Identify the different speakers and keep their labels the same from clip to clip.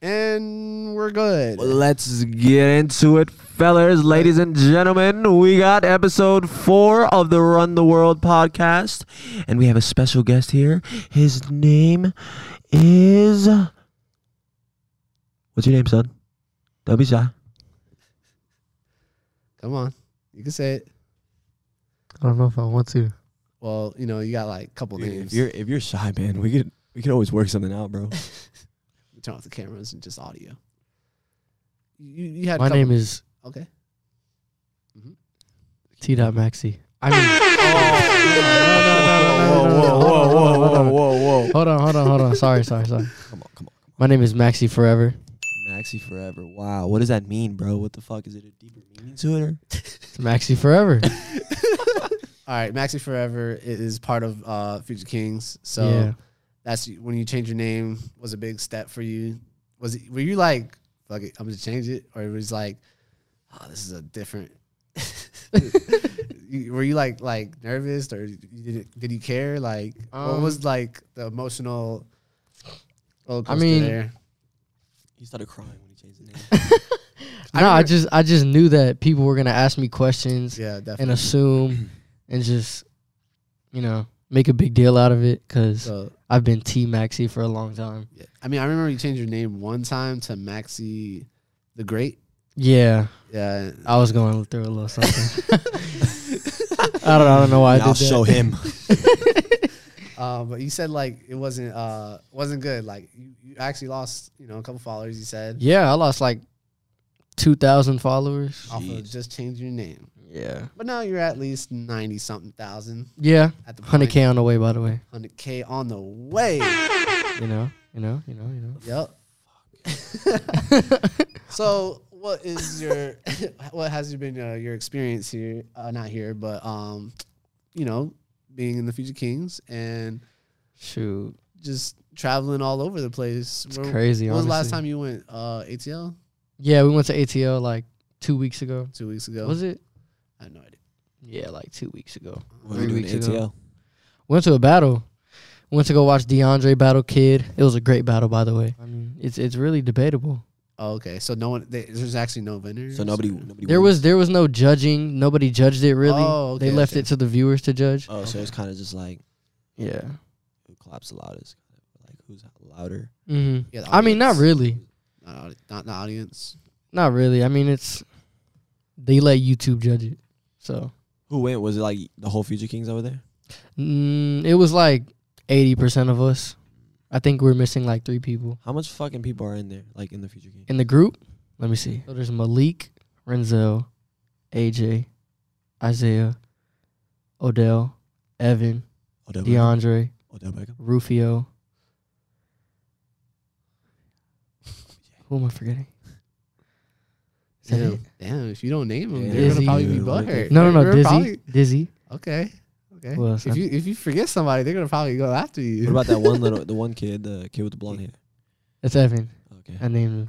Speaker 1: then we're good.
Speaker 2: Let's get into it, fellas, ladies, and gentlemen. We got episode four of the Run the World podcast, and we have a special guest here. His name is. What's your name, son? Don't be shy.
Speaker 1: Come on, you can say it.
Speaker 3: I don't know if I want to.
Speaker 1: Well, you know, you got like a couple
Speaker 4: Dude, if
Speaker 1: names.
Speaker 4: you're if you're shy, man, we could we could always work something out, bro.
Speaker 1: We turn off the cameras and just audio. You, you had a
Speaker 3: My
Speaker 1: couple-
Speaker 3: name is
Speaker 1: okay.
Speaker 3: T. Dot Maxi. I mean, Oh,
Speaker 4: whoa, whoa, whoa, whoa, whoa, whoa, whoa!
Speaker 3: hold on, hold on, hold on. Sorry, sorry, sorry.
Speaker 4: Come on, come on,
Speaker 3: My name is Maxi Forever.
Speaker 4: Maxi forever. Wow, what does that mean, bro? What the fuck is it? A deeper meaning to it? Or?
Speaker 3: It's Maxi Forever.
Speaker 1: All right, Maxi Forever i- is part of uh, Future Kings, so
Speaker 3: yeah.
Speaker 1: that's when you change your name was a big step for you. Was it? Were you like, fuck it, I'm gonna change it, or it was like, oh, this is a different. You- were you like like nervous or you did it, did you care like what
Speaker 3: Um,
Speaker 1: was like the emotional roller
Speaker 3: I
Speaker 1: coaster
Speaker 3: mean,
Speaker 1: there?
Speaker 4: He started crying when he changed the name.
Speaker 3: No, I just I just knew that people were gonna ask me questions
Speaker 1: yeah
Speaker 3: and
Speaker 1: definitely
Speaker 3: assume and just you know make a big deal out of it because
Speaker 1: so
Speaker 3: I've been T Maxi for a long time.
Speaker 1: yeah. I mean I remember you changed your name one time to Maxi the Great
Speaker 3: Yeah,
Speaker 1: yeah
Speaker 3: I was going through a little something. I don't I don't know why I did
Speaker 4: I'll
Speaker 3: that.
Speaker 4: show him.
Speaker 1: Uh, but you said like it wasn't uh wasn't good. Like you, you actually lost you know a couple followers. You said
Speaker 3: Yeah, I lost like two thousand followers.
Speaker 1: off of
Speaker 4: Jeez.
Speaker 1: just changing your name.
Speaker 3: Yeah,
Speaker 1: But now you're at least ninety something thousand
Speaker 3: yeah,
Speaker 1: at the
Speaker 3: hundred k on the way. By the way,
Speaker 1: Hundred k on the way.
Speaker 3: you know, you know, you know, you know.
Speaker 1: yep. so what is your what has been uh, your experience here? Uh, not here, but um, you know, being in the Future Kings and
Speaker 3: Shoot,
Speaker 1: just traveling all over the place.
Speaker 3: it's crazy.
Speaker 1: When was the last
Speaker 3: honestly.
Speaker 1: time you went uh ATL?
Speaker 3: Yeah, we went to ATL like two weeks ago.
Speaker 1: Two weeks ago.
Speaker 3: Was it?
Speaker 1: I have no idea.
Speaker 3: Yeah, like two weeks ago.
Speaker 4: What are
Speaker 3: Three
Speaker 4: we doing
Speaker 3: weeks ago.
Speaker 4: ATL?
Speaker 3: Went to a battle. Went to go watch DeAndre battle Kid. It was a great battle, by the way. I mean, it's it's really debatable.
Speaker 1: Oh, okay. So no one. They, there's actually no winners.
Speaker 4: So nobody, nobody.
Speaker 3: There
Speaker 4: wins.
Speaker 3: was there was no judging. Nobody judged it really.
Speaker 1: Oh, okay,
Speaker 3: they left
Speaker 1: okay.
Speaker 3: it to the viewers to judge.
Speaker 4: Oh, so it's kind of just like
Speaker 3: Yeah.
Speaker 4: who claps the loudest, like who's louder.
Speaker 3: hmm
Speaker 1: Yeah, the
Speaker 3: I mean, not
Speaker 1: audience.
Speaker 3: really.
Speaker 1: Not, audi- not the audience.
Speaker 3: Not really. I mean, it's they let YouTube judge it. So
Speaker 4: Who went? Was it like the whole Future Kings over there?
Speaker 3: mm, it was like eighty percent of us. I think we're missing like three people
Speaker 4: How much fucking people are in there, like in the Future Kings?
Speaker 3: in the group. Let me see. So there's Malik, Renzel, AJ, Isaiah, Odell, Evan,
Speaker 4: Odell Beckham?
Speaker 3: DeAndre,
Speaker 4: Odell Beckham.
Speaker 3: Rufio. Who am I forgetting? Is that
Speaker 1: Damn.
Speaker 3: it?
Speaker 1: Damn, if you don't name them,
Speaker 4: Yeah.
Speaker 1: they're gonna
Speaker 3: Dizzy.
Speaker 1: probably be
Speaker 4: Dude, what-
Speaker 1: butthurt.
Speaker 3: No, no,
Speaker 1: They're
Speaker 3: no. Dizzy,
Speaker 1: probably-
Speaker 3: Dizzy.
Speaker 1: okay, okay.
Speaker 3: Who else?
Speaker 1: if you if you forget somebody, they're gonna probably go after you.
Speaker 4: What about that one little, the one kid, the kid with the blonde hair?
Speaker 3: That's Evan.
Speaker 4: Okay.
Speaker 3: I named him.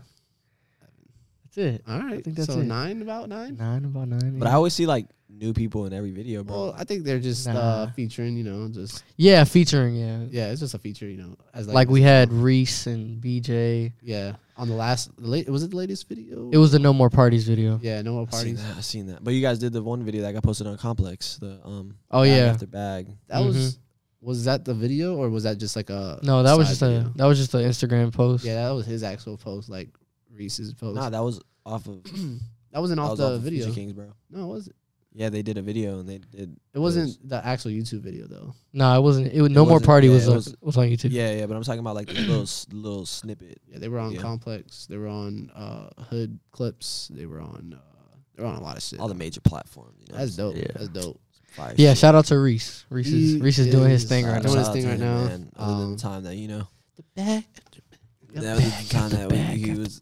Speaker 3: That's it.
Speaker 1: All right,
Speaker 3: think that's
Speaker 1: so
Speaker 3: it.
Speaker 1: nine about nine.
Speaker 3: Nine about nine.
Speaker 4: But I always see like new people in every video, bro.
Speaker 1: Well, I think they're just uh,
Speaker 3: Nah.
Speaker 1: featuring. You know, just
Speaker 3: yeah, featuring yeah.
Speaker 1: yeah, it's just a feature. You know, as
Speaker 3: Like we had Reese and BJ.
Speaker 1: yeah on the last the late was it the latest video?
Speaker 3: It was the No More Parties video.
Speaker 1: yeah, no more
Speaker 4: I seen
Speaker 1: parties.
Speaker 4: that. I seen that. But you guys did the one video that got posted on Complex. The um.
Speaker 3: Oh,
Speaker 4: bag
Speaker 3: yeah.
Speaker 4: After bag.
Speaker 1: That was was that the video or was that just like a
Speaker 3: Mm-hmm. No, that was
Speaker 1: side
Speaker 3: just a
Speaker 1: video?
Speaker 3: that was just an Instagram post.
Speaker 1: Yeah, that was his actual post, like Reese's post.
Speaker 4: Nah, that was off of.
Speaker 1: that wasn't
Speaker 4: that
Speaker 1: off
Speaker 4: was
Speaker 1: the
Speaker 4: off of
Speaker 1: video.
Speaker 4: Future Kings, bro.
Speaker 1: No, it wasn't.
Speaker 4: Yeah, they did a video and they did.
Speaker 1: It
Speaker 4: was.
Speaker 1: wasn't the actual YouTube video though.
Speaker 3: No, it wasn't. It was No More
Speaker 4: wasn't-
Speaker 3: Party
Speaker 4: yeah,
Speaker 3: was
Speaker 4: it
Speaker 3: on-
Speaker 4: was-
Speaker 3: was on YouTube.
Speaker 4: Yeah, yeah, but I'm talking about like the little s- little snippet.
Speaker 1: Yeah, they were on
Speaker 4: Yeah.
Speaker 1: Complex. They were on uh, Hood Clips. They were on. Uh, they were on a lot of shit.
Speaker 4: All the major platforms. You know,
Speaker 1: That's
Speaker 4: it's
Speaker 1: dope.
Speaker 3: Yeah.
Speaker 1: That's dope.
Speaker 4: fire
Speaker 3: Yeah,
Speaker 4: shit.
Speaker 3: shout out to Reese. Reese is
Speaker 1: He
Speaker 3: Reese is doing his
Speaker 1: is
Speaker 3: thing
Speaker 1: out
Speaker 3: right
Speaker 1: doing
Speaker 3: now.
Speaker 1: his
Speaker 4: Shout out
Speaker 1: thing
Speaker 4: to
Speaker 1: right
Speaker 4: him,
Speaker 1: now.
Speaker 4: Man. Other than
Speaker 1: Um,
Speaker 4: the time that you know,
Speaker 1: Got
Speaker 4: that was the time that we- he was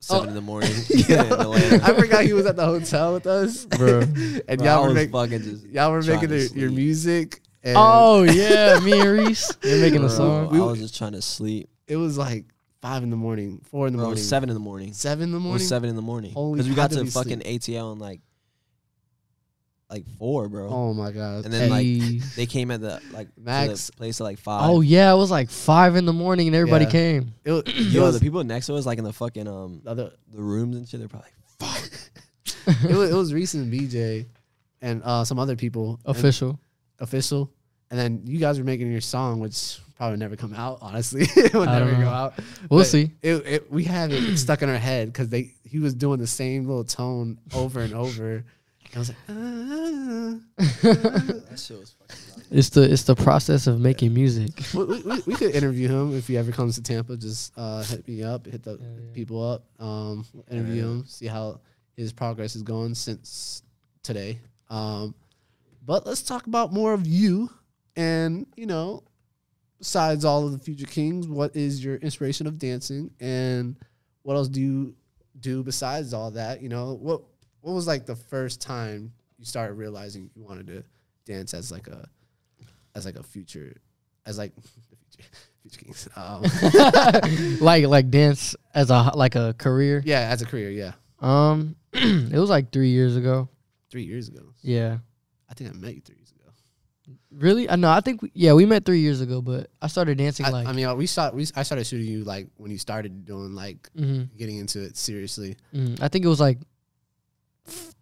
Speaker 4: seven in
Speaker 1: Oh.
Speaker 4: the morning. yeah, in Atlanta.
Speaker 1: I forgot he was at the hotel with us, bro. and
Speaker 4: Bro, I
Speaker 1: y'all were
Speaker 4: was
Speaker 1: make,
Speaker 4: fucking just
Speaker 1: y'all were
Speaker 4: trying
Speaker 1: making
Speaker 4: to
Speaker 1: your, your
Speaker 4: sleep.
Speaker 1: music. And
Speaker 3: Oh yeah, me and Reese. They're making
Speaker 4: Bro,
Speaker 3: a song.
Speaker 1: We-
Speaker 4: I was just trying to sleep.
Speaker 1: it was like five in the morning, four in the
Speaker 4: Bro, it
Speaker 1: morning,
Speaker 4: was seven in the morning.
Speaker 1: seven in the
Speaker 4: It
Speaker 1: morning.
Speaker 4: was seven in the morning
Speaker 1: Holy-
Speaker 4: because we
Speaker 1: how
Speaker 4: got
Speaker 1: did
Speaker 4: to
Speaker 1: we
Speaker 4: fucking ATL and like like four, bro.
Speaker 1: Oh my god.
Speaker 4: And then, like,
Speaker 3: Jeez.
Speaker 4: They came at the like to the
Speaker 1: Max-
Speaker 4: place at like five.
Speaker 3: oh yeah, it was like five in the morning and everybody
Speaker 1: Yeah.
Speaker 3: came.
Speaker 1: it, wa- it
Speaker 4: Yo,
Speaker 1: was
Speaker 4: the people next to us, like in the fucking um
Speaker 1: the other-
Speaker 4: the rooms and shit, they're probably
Speaker 1: it was, it was recent BJ and uh, some other people and-
Speaker 3: Official.
Speaker 1: official. And then you guys were making your song, which probably never come out. Honestly, it would
Speaker 3: I don't
Speaker 1: never go
Speaker 3: know.
Speaker 1: out.
Speaker 3: We'll
Speaker 1: But
Speaker 3: see.
Speaker 1: It, it, we have it stuck in our head because they he was doing the same little tone over and over. And I was like, "Ah."
Speaker 4: that shit was fucking
Speaker 3: It's the it's the process of making music.
Speaker 1: we, we- we, we could interview him if he ever comes to Tampa. Just uh, hit me up, hit the
Speaker 3: Yeah, yeah.
Speaker 1: people up, um, we'll interview
Speaker 4: Yeah.
Speaker 1: him, see how his progress is going since today. Um, but let's talk about more of you, and you know, besides all of the Future Kings, what is your inspiration of dancing, and what else do you do besides all that? You know, what what was like the first time you started realizing you wanted to dance as like a as like a future as like future, future kings um,
Speaker 3: like like dance as a like a career.
Speaker 1: yeah as a career yeah
Speaker 3: Um, it was like three years ago.
Speaker 1: three years ago
Speaker 3: Yeah.
Speaker 1: i think i met you three years ago
Speaker 3: Really? Uh, I know. I think we, yeah, we met three years ago, but I started dancing
Speaker 1: I,
Speaker 3: like.
Speaker 1: I mean uh, we saw we i started shooting you like when you started doing like
Speaker 3: Mhm,
Speaker 1: getting into it seriously
Speaker 3: mhm. I think it was like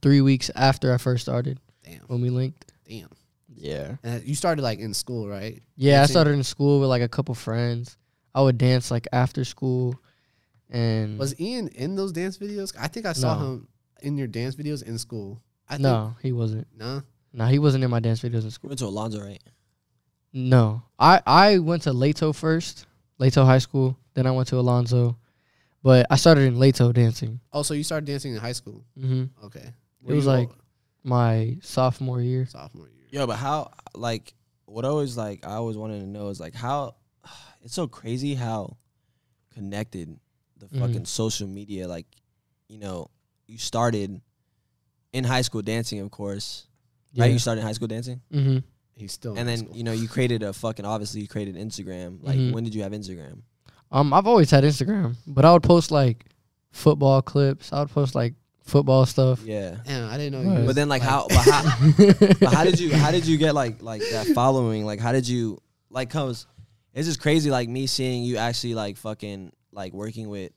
Speaker 3: three weeks after I first started
Speaker 1: damn
Speaker 3: when we linked.
Speaker 1: damn
Speaker 3: Yeah.
Speaker 1: and you started like in school right
Speaker 3: Yeah, I
Speaker 1: Dancing.
Speaker 3: started in school with like a couple friends. I would dance like after school, and
Speaker 1: was ian in those dance videos i think i saw
Speaker 3: No.
Speaker 1: him in your dance videos in school i think
Speaker 3: no, he wasn't.
Speaker 1: nah
Speaker 3: No, he wasn't in my dance videos in
Speaker 4: We
Speaker 3: school.
Speaker 4: went to Alonzo, right?
Speaker 3: No, I I went to Lato first, Lato High School. Then I went to Alonzo, but I started in Lato dancing.
Speaker 1: oh so you started dancing in high school
Speaker 3: hmm
Speaker 1: okay
Speaker 3: was
Speaker 1: you
Speaker 3: like-
Speaker 1: all-
Speaker 3: My sophomore year.
Speaker 1: sophomore year
Speaker 4: Yeah, but how like what I always like I always wanted to know is like how it's so crazy how connected the
Speaker 3: Mhm.
Speaker 4: fucking social media like you know you started in high school dancing of course right you started in high school dancing
Speaker 3: hmm
Speaker 1: he's still in
Speaker 4: and
Speaker 1: high
Speaker 4: then
Speaker 1: school.
Speaker 4: you know you created a fucking obviously you created Instagram like
Speaker 3: Mhm.
Speaker 4: when did you have Instagram
Speaker 3: Um, I've always had Instagram, but I would post like football clips. I would post like football stuff.
Speaker 4: yeah
Speaker 1: Damn, i didn't know
Speaker 3: Right.
Speaker 1: you
Speaker 4: but then like how but how but how did you how did you get like like that following like how did you like comes it's just crazy like me seeing you actually like fucking like working with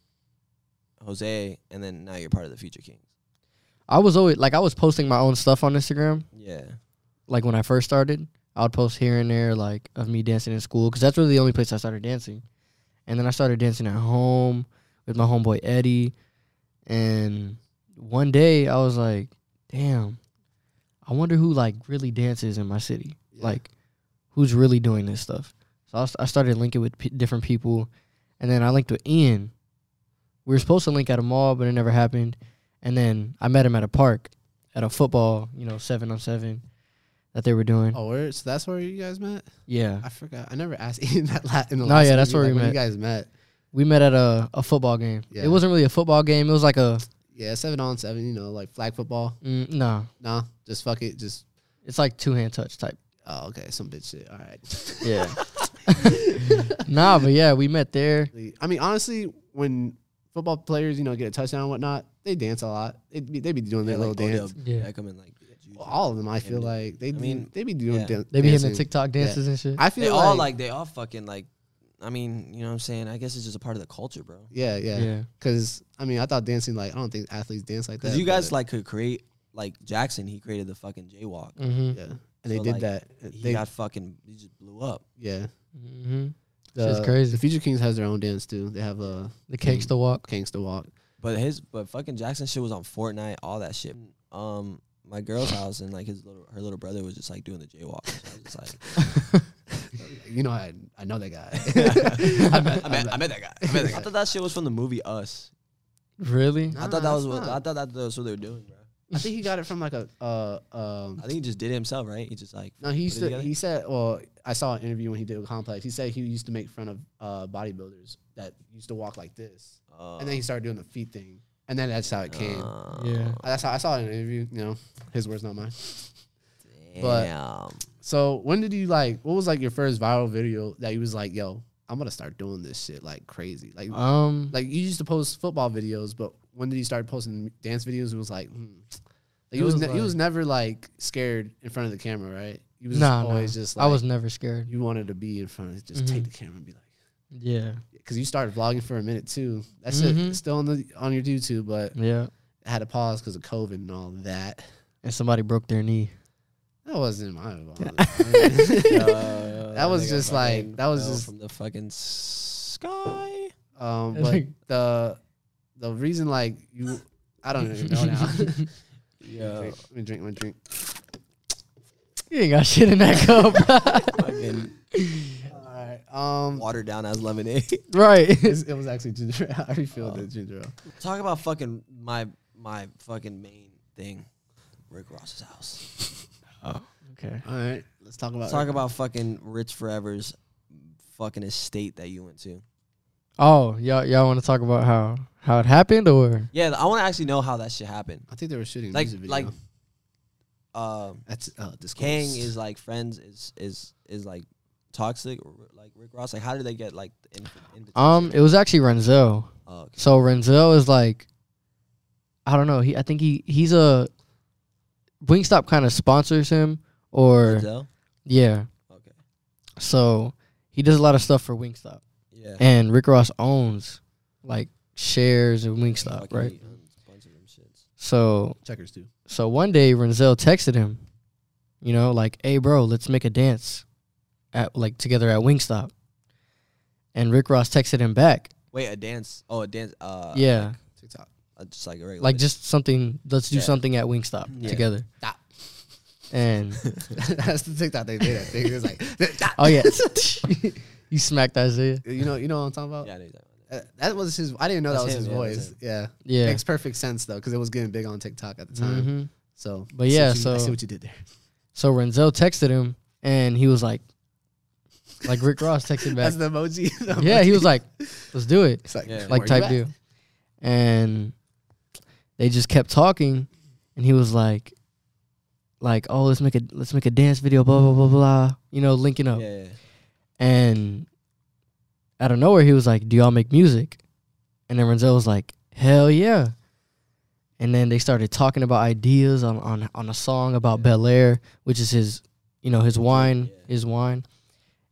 Speaker 4: jose and then now you're part of the future kings
Speaker 3: I was always like I was posting my own stuff on Instagram.
Speaker 4: yeah
Speaker 3: Like when I first started, I would post here and there like of me dancing in school because that's really the only place I started dancing. And then I started dancing at home with my homeboy Eddie. And one day I was like, "Damn, I wonder who like really dances in my city.
Speaker 1: Yeah.
Speaker 3: Like, who's really doing this stuff?" So I, s- I started linking with p- different people, and then I linked with Ian. We were supposed to link at a mall, but it never happened. And then I met him at a park, at a football, you know, seven on seven, that they were doing.
Speaker 1: oh where so that's where you guys met
Speaker 3: Yeah,
Speaker 1: I forgot. I never asked Ian that la- in the
Speaker 3: No,
Speaker 1: last.
Speaker 3: yeah, that's
Speaker 1: interview,
Speaker 3: where
Speaker 1: like, when
Speaker 3: we met.
Speaker 1: You guys met.
Speaker 3: we met at a, a football game.
Speaker 1: Yeah.
Speaker 3: It wasn't really a football game. It was like a
Speaker 1: Yeah, seven on seven. You know, like flag football.
Speaker 3: mm, nah.
Speaker 1: Nah, just fuck it. Just
Speaker 3: It's like two hand touch type.
Speaker 1: oh, okay, some bitch shit. All right.
Speaker 3: Yeah. nah, but yeah, we met there.
Speaker 1: I mean, honestly, when football players, you know, get a touchdown and whatnot, they dance a lot. They be, they be doing
Speaker 4: yeah
Speaker 1: their little dance.
Speaker 3: Yeah.
Speaker 4: yeah come in like Juju.
Speaker 1: All of them, I feel
Speaker 4: Eminem.
Speaker 1: like they
Speaker 4: I
Speaker 1: do,
Speaker 4: mean,
Speaker 1: they be doing.
Speaker 4: yeah.
Speaker 1: dan-
Speaker 3: They be hitting
Speaker 1: dancing.
Speaker 3: the TikTok dances and shit.
Speaker 1: I feel
Speaker 4: they
Speaker 1: like,
Speaker 4: all like they all fucking like i mean you know what i'm saying i guess it's just a part of the culture bro
Speaker 1: yeah, yeah.
Speaker 3: yeah.
Speaker 1: Because I mean, I thought dancing like I don't think athletes dance like that.
Speaker 4: because you guys
Speaker 1: but-
Speaker 4: like could create like jackson he created the fucking jaywalk
Speaker 3: Mm-hmm.
Speaker 1: yeah, and they
Speaker 4: So,
Speaker 1: did
Speaker 4: like,
Speaker 1: that.
Speaker 4: he
Speaker 1: Mm, They
Speaker 4: got fucking he just blew up
Speaker 1: yeah.
Speaker 3: Mm-hmm. Shit's
Speaker 1: The,
Speaker 3: crazy.
Speaker 1: The Future Kings has their own dance too. They have a
Speaker 3: The cakes to walk.
Speaker 1: Kangsta Walk.
Speaker 4: But his but fucking Jackson shit was on Fortnite, all that shit. Um, my girl's house and like his little her little brother was just like doing the jaywalk. So I was just like,
Speaker 1: You know, I I know that guy.
Speaker 4: I met, I, met, I met that guy. I met that guy. I thought that shit was from the movie Us.
Speaker 3: Really?
Speaker 4: I thought that was what I thought that was what they were doing, bro.
Speaker 1: I think he got it from like a. Uh, um,
Speaker 4: I think he just did it himself, right? He just like
Speaker 1: no, he used
Speaker 4: Put it
Speaker 1: to.
Speaker 4: together?
Speaker 1: He said, "Well, I saw an interview when he did with Complex. He said he used to make fun of uh, bodybuilders that used to walk like this,
Speaker 4: uh,
Speaker 1: and then he started doing the feet thing, and then that's how it came.
Speaker 4: uh,
Speaker 3: Yeah.
Speaker 1: that's how I saw it in an interview. You know, his words, not mine. But-
Speaker 4: Damn.
Speaker 1: So when did you like? What was like your first viral video that you was like, "Yo, I'm gonna start doing this shit like crazy"? Like,
Speaker 3: Um,
Speaker 1: like you used to post football videos, but when did you start posting dance videos? It was like, hmm, Like,
Speaker 3: It
Speaker 1: he was,
Speaker 3: was
Speaker 1: ne- he
Speaker 3: like-
Speaker 1: was never like scared in front of the camera, right? He was
Speaker 3: Nah,
Speaker 1: just
Speaker 3: nah.
Speaker 1: always just like
Speaker 3: I was never scared.
Speaker 1: you wanted to be in front of just
Speaker 3: Mhm.
Speaker 1: take the camera and be like
Speaker 3: Yeah,
Speaker 1: because you started vlogging for a minute too. That's it.
Speaker 3: Mhm.
Speaker 1: It's still on the on your YouTube, but
Speaker 3: yeah.
Speaker 1: I had to pause because of COVID and all that.
Speaker 3: And somebody broke their knee.
Speaker 1: That wasn't my fault.
Speaker 4: Uh,
Speaker 1: That was
Speaker 4: nigga
Speaker 1: just like-
Speaker 4: fucking
Speaker 1: that was
Speaker 4: fell
Speaker 1: just-
Speaker 4: from the fucking sky.
Speaker 1: um, but the the reason like you, I don't even know now.
Speaker 4: Yeah,
Speaker 1: Let me drink my drink.
Speaker 3: You ain't got shit in that cup,
Speaker 4: fucking
Speaker 1: All right. Um,
Speaker 4: watered down as lemonade.
Speaker 3: right?
Speaker 1: it's- it was actually ginger. ale. I refilled the ginger ale.
Speaker 4: Talk about fucking my my fucking main thing, Rick Ross's house.
Speaker 3: Okay.
Speaker 1: All right, let's talk about
Speaker 4: Talk about fucking Rich Forever's fucking estate that you went to.
Speaker 3: Oh, y'all, y'all want to talk about how how it happened or?
Speaker 4: Yeah, I want to actually know how that shit happened.
Speaker 1: I think they were shooting a
Speaker 4: Like
Speaker 1: music video.
Speaker 4: like, um,
Speaker 1: that's uh, discourse.
Speaker 4: Kang is like friends is is is like toxic or like Rick Ross. Like how did they get like the inf- invitation?
Speaker 3: Um, it was actually Renzo.
Speaker 4: oh, okay.
Speaker 3: So Renzo is like, I don't know. He I think he he's a Wingstop kind of sponsors him or
Speaker 4: Adele?
Speaker 3: yeah.
Speaker 4: Okay.
Speaker 3: So he does a lot of stuff for Wingstop,
Speaker 4: Yeah.
Speaker 3: and Rick Ross owns like shares of Wingstop,
Speaker 4: Fucking
Speaker 3: right?
Speaker 4: he owns a bunch of them shits.
Speaker 3: So
Speaker 1: checkers too.
Speaker 3: so one day Renzel texted him, you know, like, "Hey, bro, let's make a dance at like together at Wingstop." And Rick Ross texted him back,
Speaker 4: Wait, a dance. Oh, a dance. Uh,
Speaker 3: "Yeah."
Speaker 1: TikTok.
Speaker 4: uh, just like a regular.
Speaker 3: like just something let's do
Speaker 4: Yeah.
Speaker 3: something at wingstop
Speaker 4: Yeah.
Speaker 3: together
Speaker 1: Stop.
Speaker 3: and
Speaker 1: that's the TikTok they did. I think it was like,
Speaker 3: oh yeah you smacked isaiah
Speaker 1: you know, you know what I'm talking about.
Speaker 4: Yeah, I know exactly.
Speaker 1: Uh, that was his. I didn't know
Speaker 4: That's
Speaker 1: that was
Speaker 4: him, yeah,
Speaker 1: his
Speaker 4: that's
Speaker 1: voice. Yeah.
Speaker 3: yeah
Speaker 1: makes perfect sense though, because it was getting big on TikTok at the time.
Speaker 3: hmm
Speaker 1: So,
Speaker 3: But
Speaker 1: I see
Speaker 3: yeah,
Speaker 1: what you- I
Speaker 3: so-
Speaker 1: see what you did there.
Speaker 3: so renzel texted him and he was like like rick ross texted back
Speaker 1: That's the emoji. the
Speaker 3: yeah he
Speaker 1: emoji.
Speaker 3: was like let's do it
Speaker 1: It's like,
Speaker 4: Yeah.
Speaker 1: where
Speaker 3: like
Speaker 1: you
Speaker 3: type
Speaker 1: at?
Speaker 3: deal and they just kept talking and he was like like oh let's make a let's make a dance video blah blah blah blah you know linking up
Speaker 4: Yeah, yeah.
Speaker 3: And out of nowhere, he was like, Do y'all make music? And then Renzo was like, Hell yeah. And then they started talking about ideas on, on, on a song about Bel Air, which is his, you know, his wine,
Speaker 4: Yeah.
Speaker 3: his wine.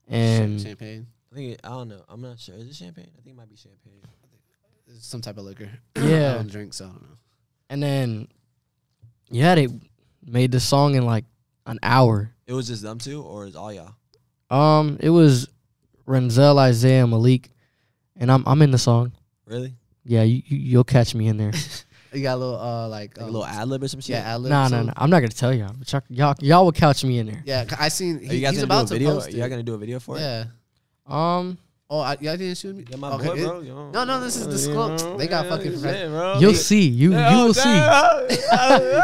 Speaker 1: Champ-
Speaker 3: And
Speaker 1: champagne,
Speaker 4: I think it, I don't know. I'm not sure. Is it champagne? I think it might be champagne.
Speaker 1: It's some type of liquor.
Speaker 3: Yeah.
Speaker 1: I don't drink, so I don't know.
Speaker 3: and then, yeah, they made the song in like an hour.
Speaker 4: It was just them two, or is all y'all?
Speaker 3: Um, it was Renzel, Isaiah, Malik, and I'm I'm in the song.
Speaker 4: Really?
Speaker 3: Yeah, you, you you'll catch me in there.
Speaker 1: You got a little, uh, like,
Speaker 4: Like a
Speaker 1: um,
Speaker 4: little ad lib or some shit?
Speaker 1: yeah, ad lib.
Speaker 3: Nah, nah, nah. I'm not gonna tell y'all. But y'all, y'all, y'all will couch me in there.
Speaker 1: Yeah, 'cause I seen.
Speaker 4: Are
Speaker 1: He,
Speaker 4: Oh, you guys
Speaker 1: he's
Speaker 4: gonna
Speaker 1: about
Speaker 4: do a video?
Speaker 1: to
Speaker 4: Are
Speaker 1: post it.
Speaker 4: y'all gonna do a video for it?
Speaker 1: Yeah.
Speaker 3: Um,
Speaker 1: Oh, I, y'all didn't shoot me.
Speaker 4: Yeah, my
Speaker 1: Okay,
Speaker 4: boy,
Speaker 1: it-
Speaker 4: bro. yo.
Speaker 1: no, no, this is the scope.
Speaker 4: Yeah,
Speaker 1: They got
Speaker 4: yeah,
Speaker 1: fucking
Speaker 4: yeah,
Speaker 1: friends.
Speaker 4: bro.
Speaker 3: you'll see. You you will see.
Speaker 4: see.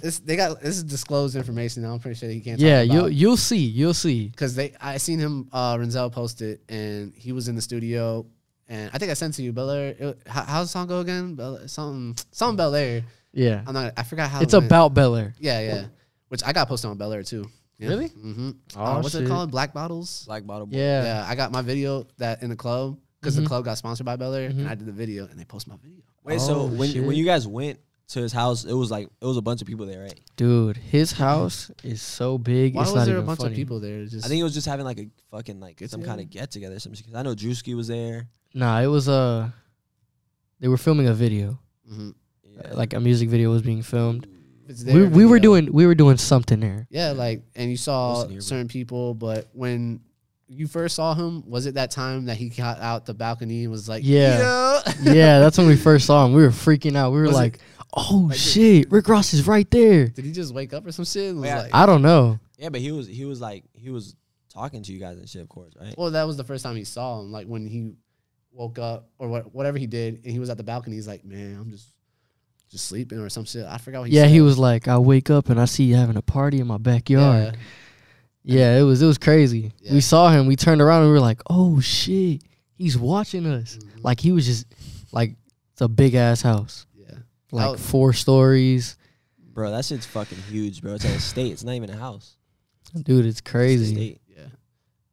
Speaker 1: This, they got this is disclosed information. Now I'm pretty sure he can't.
Speaker 3: Yeah,
Speaker 1: talk about.
Speaker 3: you'll you'll see. You'll see.
Speaker 1: because they I seen him uh Renzel posted and he was in the studio and I think I sent to you Bel Air it- how, how's the song go again Bel something something Bel Air
Speaker 3: Yeah,
Speaker 1: I'm not I forgot how
Speaker 3: it's
Speaker 1: it went.
Speaker 3: about Bel Air.
Speaker 1: yeah yeah which I got posted on Bel Air too
Speaker 3: Really?
Speaker 1: mm-hmm
Speaker 3: Aw,
Speaker 1: what's it
Speaker 3: shit.
Speaker 1: called Black Bottles
Speaker 4: Black bottle. boy.
Speaker 1: yeah.
Speaker 3: Yeah.
Speaker 1: I got my video that in the club because
Speaker 3: Mhm.
Speaker 1: the club got sponsored by Bel Air and
Speaker 3: Mhm.
Speaker 1: I did the video and they posted my video
Speaker 4: Wait, so
Speaker 3: Oh,
Speaker 4: when when
Speaker 3: shit.
Speaker 4: you guys went to his house, it was like it was a bunch of people there, right?
Speaker 3: dude, his house is so big.
Speaker 1: why
Speaker 3: it's
Speaker 1: was
Speaker 3: not
Speaker 1: there a
Speaker 3: even
Speaker 1: bunch
Speaker 3: funny.
Speaker 1: of people there It's just
Speaker 4: I think it was just having like a fucking like
Speaker 1: Get
Speaker 4: some
Speaker 1: together?
Speaker 4: kind of get together, or some shit. 'Cause I know Drewski was there.
Speaker 3: Nah, it was uh, they were filming a video.
Speaker 1: Mhm.
Speaker 4: Yeah.
Speaker 3: Like a music video was being filmed.
Speaker 1: It's
Speaker 3: We,
Speaker 1: their
Speaker 3: we were
Speaker 1: video.
Speaker 3: doing we were doing something there.
Speaker 1: Yeah, like and you saw
Speaker 4: Listen here, bro.
Speaker 1: certain people, but when you first saw him, was it that time that he got out the balcony and was like,
Speaker 3: Yeah. yeah, that's when we first saw him. We were freaking out. We were
Speaker 1: Was it-
Speaker 3: like, "Oh
Speaker 1: Like,
Speaker 3: shit, Rick Ross is right there."
Speaker 1: Did he just wake up or some shit? And was
Speaker 4: Yeah.
Speaker 1: like,
Speaker 3: I don't know.
Speaker 4: yeah, but he was he was like he was talking to you guys and shit, of course, right?
Speaker 1: well, that was the first time he saw him. Like when he woke up or what, whatever he did, and he was at the balcony. He's like, man, I'm just just sleeping or some shit. I forgot what he
Speaker 3: yeah,
Speaker 1: said.
Speaker 3: he was like, I wake up and I see you having a party in my backyard. Yeah, it was it was crazy.
Speaker 1: Yeah.
Speaker 3: We saw him, we turned around and we were like, Oh shit, he's watching us.
Speaker 1: Mm-hmm.
Speaker 3: Like he was just like it's a big ass house.
Speaker 1: Yeah,
Speaker 3: Like
Speaker 1: Oh.
Speaker 3: four stories.
Speaker 4: Bro, that shit's fucking huge, bro. It's an estate. It's not even a house.
Speaker 3: Dude,
Speaker 4: It's
Speaker 3: it's
Speaker 4: an
Speaker 3: crazy.
Speaker 4: estate.
Speaker 1: yeah, yeah.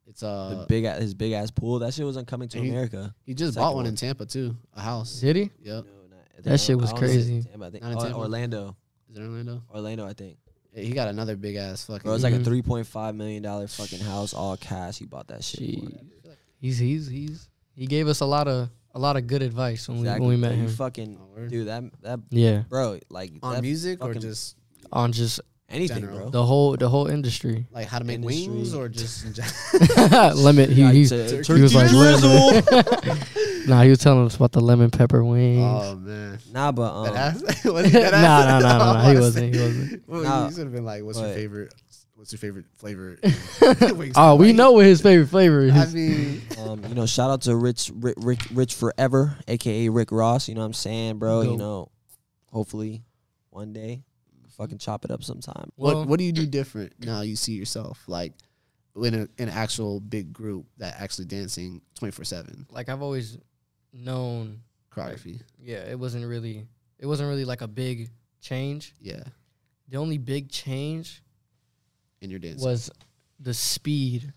Speaker 1: It's uh,
Speaker 4: the big ass, his big ass pool. That shit was on Coming to
Speaker 1: And he-
Speaker 4: America.
Speaker 1: he just
Speaker 4: second
Speaker 1: bought one
Speaker 4: one.
Speaker 1: in Tampa too, a house.
Speaker 3: City?
Speaker 1: Yep.
Speaker 4: No, not- I think
Speaker 3: That shit
Speaker 4: I- I
Speaker 3: was
Speaker 4: don't know if it's
Speaker 3: crazy.
Speaker 4: Tampa, I think-
Speaker 1: Not in
Speaker 4: or-
Speaker 1: Tampa?
Speaker 4: Orlando.
Speaker 1: Is it Orlando?
Speaker 4: Orlando, I think.
Speaker 1: Yeah, He got another big ass fucking.
Speaker 4: Bro, it's like a
Speaker 3: Mhm.
Speaker 4: three point five million dollar fucking house, all cash. He bought that shit. for.
Speaker 3: Jeez. He's he's he's he gave us a lot of a lot of good advice when
Speaker 4: Exactly.
Speaker 3: we when we met
Speaker 4: you
Speaker 3: him.
Speaker 4: fucking
Speaker 1: Oh, word.
Speaker 4: dude, that that
Speaker 3: yeah,
Speaker 4: bro, like
Speaker 1: on
Speaker 4: that,
Speaker 1: music or
Speaker 4: fucking-
Speaker 1: just
Speaker 3: on just
Speaker 4: anything,
Speaker 1: general.
Speaker 4: bro.
Speaker 3: the whole the whole industry.
Speaker 1: like how to make
Speaker 4: Industry.
Speaker 1: wings or just in general?
Speaker 3: lemon. He, he,
Speaker 4: Turkey
Speaker 3: he was like,
Speaker 4: drizzle.
Speaker 3: nah, he was telling us about the lemon pepper wings.
Speaker 1: Oh man,
Speaker 4: nah, but um,
Speaker 1: that ass. was
Speaker 3: no,
Speaker 1: he that ass?
Speaker 3: no, no,
Speaker 1: I
Speaker 3: no, no. He
Speaker 1: wanna
Speaker 3: wasn't. He
Speaker 1: say-
Speaker 3: wasn't.
Speaker 1: Well,
Speaker 4: Nah,
Speaker 1: you should have been like, "What's your
Speaker 4: but-
Speaker 1: favorite? What's your favorite flavor?"
Speaker 3: Oh, we know what his favorite flavor
Speaker 1: I
Speaker 3: is.
Speaker 1: mean,
Speaker 4: um, you know, shout out to Rich, Rich, Rich, Rich Forever, aka Rick Ross. You know what I'm saying, bro?
Speaker 3: Go.
Speaker 4: You know, hopefully, one day, fucking chop it up sometime.
Speaker 3: Well-
Speaker 1: what what do you do different now? You see yourself like in a, in an actual big group that actually dancing twenty four seven
Speaker 3: Like I've always known.
Speaker 1: choreography.
Speaker 3: Yeah, it wasn't really. It wasn't really like a big change.
Speaker 1: Yeah,
Speaker 3: The only big change
Speaker 1: in your dancing.
Speaker 3: was the speed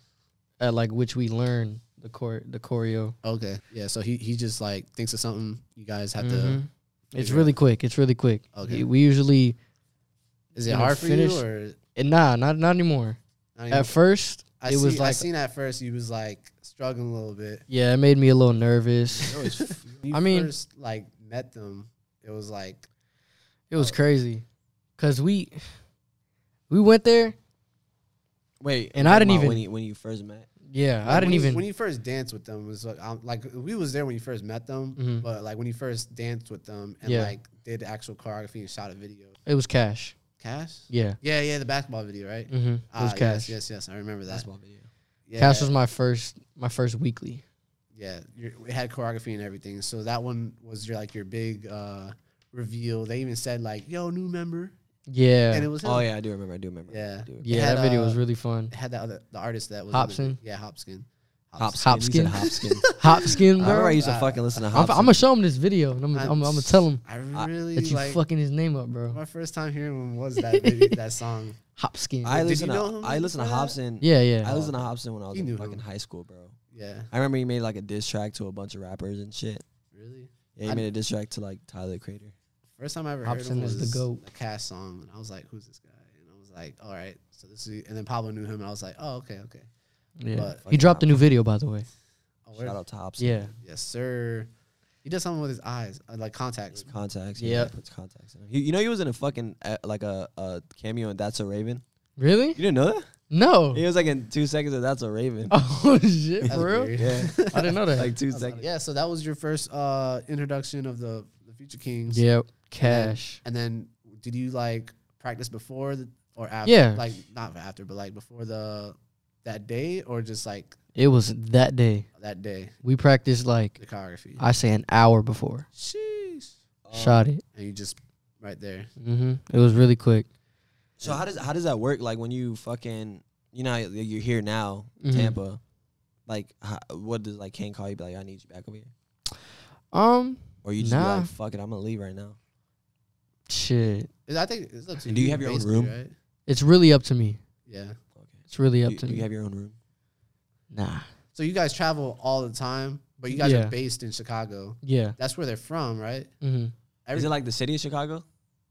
Speaker 3: at like which we learn the core the choreo.
Speaker 1: Okay, yeah. So he he just like thinks of something. You guys have to.
Speaker 3: Mhm. It's
Speaker 1: figure
Speaker 3: really quick. It's really quick.
Speaker 1: Okay.
Speaker 3: We usually
Speaker 1: Is it
Speaker 3: You know,
Speaker 1: hard for
Speaker 3: finish-
Speaker 1: you or?
Speaker 3: and nah, not not anymore.
Speaker 1: I mean,
Speaker 3: At first,
Speaker 1: I
Speaker 3: it was
Speaker 1: see- I
Speaker 3: like
Speaker 1: seen at first you was like struggling a little bit.
Speaker 3: yeah, it made me a little nervous.
Speaker 1: It was,
Speaker 3: I mean-
Speaker 1: first like met them. It was like
Speaker 3: It was crazy, cause we we went there.
Speaker 4: Wait,
Speaker 3: And I didn't
Speaker 4: come on,
Speaker 3: even-
Speaker 4: when you, when you first met.
Speaker 3: Yeah,
Speaker 1: Like,
Speaker 3: I didn't
Speaker 1: when you-
Speaker 3: even.
Speaker 1: when you first danced with them it was like, um, like we was there when you first met them,
Speaker 3: Mhm.
Speaker 1: but like when you first danced with them and
Speaker 3: Yeah.
Speaker 1: like did actual choreography and shot a video.
Speaker 3: it was cash.
Speaker 1: Cash?
Speaker 3: Yeah,
Speaker 1: Yeah, yeah, the basketball video, right?
Speaker 3: mm-hmm. it
Speaker 1: Ah,
Speaker 3: was
Speaker 1: Yes,
Speaker 3: cash.
Speaker 1: yes, yes, I remember that.
Speaker 4: That's my video.
Speaker 1: Yeah,
Speaker 3: Cash was my first my first weekly.
Speaker 1: yeah. You're, it had choreography and everything. So that one was your like your big uh reveal. They even said like, "Yo, new member,"
Speaker 3: Yeah,
Speaker 1: and it was him.
Speaker 4: Oh yeah, I do remember. I do remember.
Speaker 1: Yeah.
Speaker 4: I do remember.
Speaker 3: yeah,
Speaker 1: had,
Speaker 3: that video
Speaker 1: uh,
Speaker 3: was really fun.
Speaker 1: It had that other the artist that was
Speaker 3: Hopson?
Speaker 1: In the, yeah, Hopskin.
Speaker 4: Hopskin. Hopskin.
Speaker 3: Hopskin.
Speaker 4: Hopskin.
Speaker 3: Hopskin,
Speaker 4: I remember I
Speaker 3: bro.
Speaker 4: used to fucking listen to
Speaker 3: I'm,
Speaker 4: Hopskin.
Speaker 3: I'm gonna show him this video. And I'm, I'm, I'm gonna tell him
Speaker 1: I
Speaker 4: I-
Speaker 1: really
Speaker 3: that you
Speaker 1: like.
Speaker 3: fucking his name up, bro.
Speaker 1: my first time hearing him was that video, that song.
Speaker 3: Hopskin.
Speaker 4: I
Speaker 1: Did
Speaker 4: listen
Speaker 1: you
Speaker 4: to
Speaker 1: know him
Speaker 4: I listen to
Speaker 1: before that?
Speaker 4: Hobson.
Speaker 3: yeah, yeah.
Speaker 4: I listened to Hobson when I was
Speaker 1: You
Speaker 4: in
Speaker 1: knew
Speaker 4: fucking
Speaker 1: him.
Speaker 4: high school, bro.
Speaker 1: Yeah,
Speaker 4: I remember he made like a diss track to a bunch of rappers and shit.
Speaker 1: really.
Speaker 4: Yeah, he
Speaker 1: I-
Speaker 4: made a diss track to like Tyler the Creator.
Speaker 1: First time I ever heard
Speaker 3: Hobson
Speaker 1: him
Speaker 3: is
Speaker 1: was
Speaker 3: the
Speaker 1: the
Speaker 3: goat.
Speaker 1: a Cash song, and I was like, "Who's this guy?" And I was like, "All right, so this is." And then Pablo knew him, and I was like, "Oh, okay, okay."
Speaker 3: Yeah.
Speaker 1: But-
Speaker 3: He dropped a new video, by the way.
Speaker 1: Oh, where-
Speaker 4: Shout out to Hobson.
Speaker 3: Yeah.
Speaker 1: yes, sir. He does something with his eyes, uh, like contacts.
Speaker 4: Contacts.
Speaker 3: Yep.
Speaker 4: Yeah. Puts contacts in. He, you know he was in a fucking uh, like a, a cameo in That's a Raven.
Speaker 3: Really?
Speaker 4: You didn't know that?
Speaker 1: Oh.
Speaker 3: No.
Speaker 4: He was like in two seconds of That's a Raven.
Speaker 3: Oh shit,
Speaker 1: That's
Speaker 3: for real?
Speaker 1: weird.
Speaker 4: Yeah.
Speaker 3: I didn't know that.
Speaker 4: like two
Speaker 1: I was like,
Speaker 4: seconds.
Speaker 1: yeah, so that was your first uh, introduction of the the Future Kings.
Speaker 3: yep. Cash.
Speaker 1: And then, did you like practice before the, or after?
Speaker 3: Yeah.
Speaker 1: Like not after, but like before the that day, or just like
Speaker 3: It was that day.
Speaker 1: that day
Speaker 3: We practiced like
Speaker 1: the choreography.
Speaker 3: I say an hour before.
Speaker 1: Sheesh.
Speaker 4: Oh.
Speaker 3: Shot it.
Speaker 1: And you just right there.
Speaker 4: Mm-hmm.
Speaker 3: hmm It was really quick.
Speaker 4: So how does how does that work? Like when you fucking you know how you're here now,
Speaker 3: Mhm.
Speaker 4: Tampa. Like how, what does like Kane call you? Be like I need you back over here,
Speaker 3: Um,
Speaker 4: or you just
Speaker 3: Nah.
Speaker 4: be like fuck it, I'm gonna leave right now.
Speaker 3: shit.
Speaker 1: I think it's up to
Speaker 4: And do you have your own
Speaker 1: basically,
Speaker 4: room?
Speaker 1: Right?
Speaker 3: It's really up to me.
Speaker 1: Yeah.
Speaker 3: It's really up
Speaker 4: You,
Speaker 3: to
Speaker 4: you
Speaker 3: me.
Speaker 4: have your own room.
Speaker 3: nah.
Speaker 1: So you guys travel all the time, but you guys
Speaker 3: Yeah.
Speaker 1: are based in Chicago.
Speaker 3: Yeah.
Speaker 1: That's where they're from, right?
Speaker 3: hmm
Speaker 4: Is
Speaker 1: Every-
Speaker 4: it like the city of Chicago?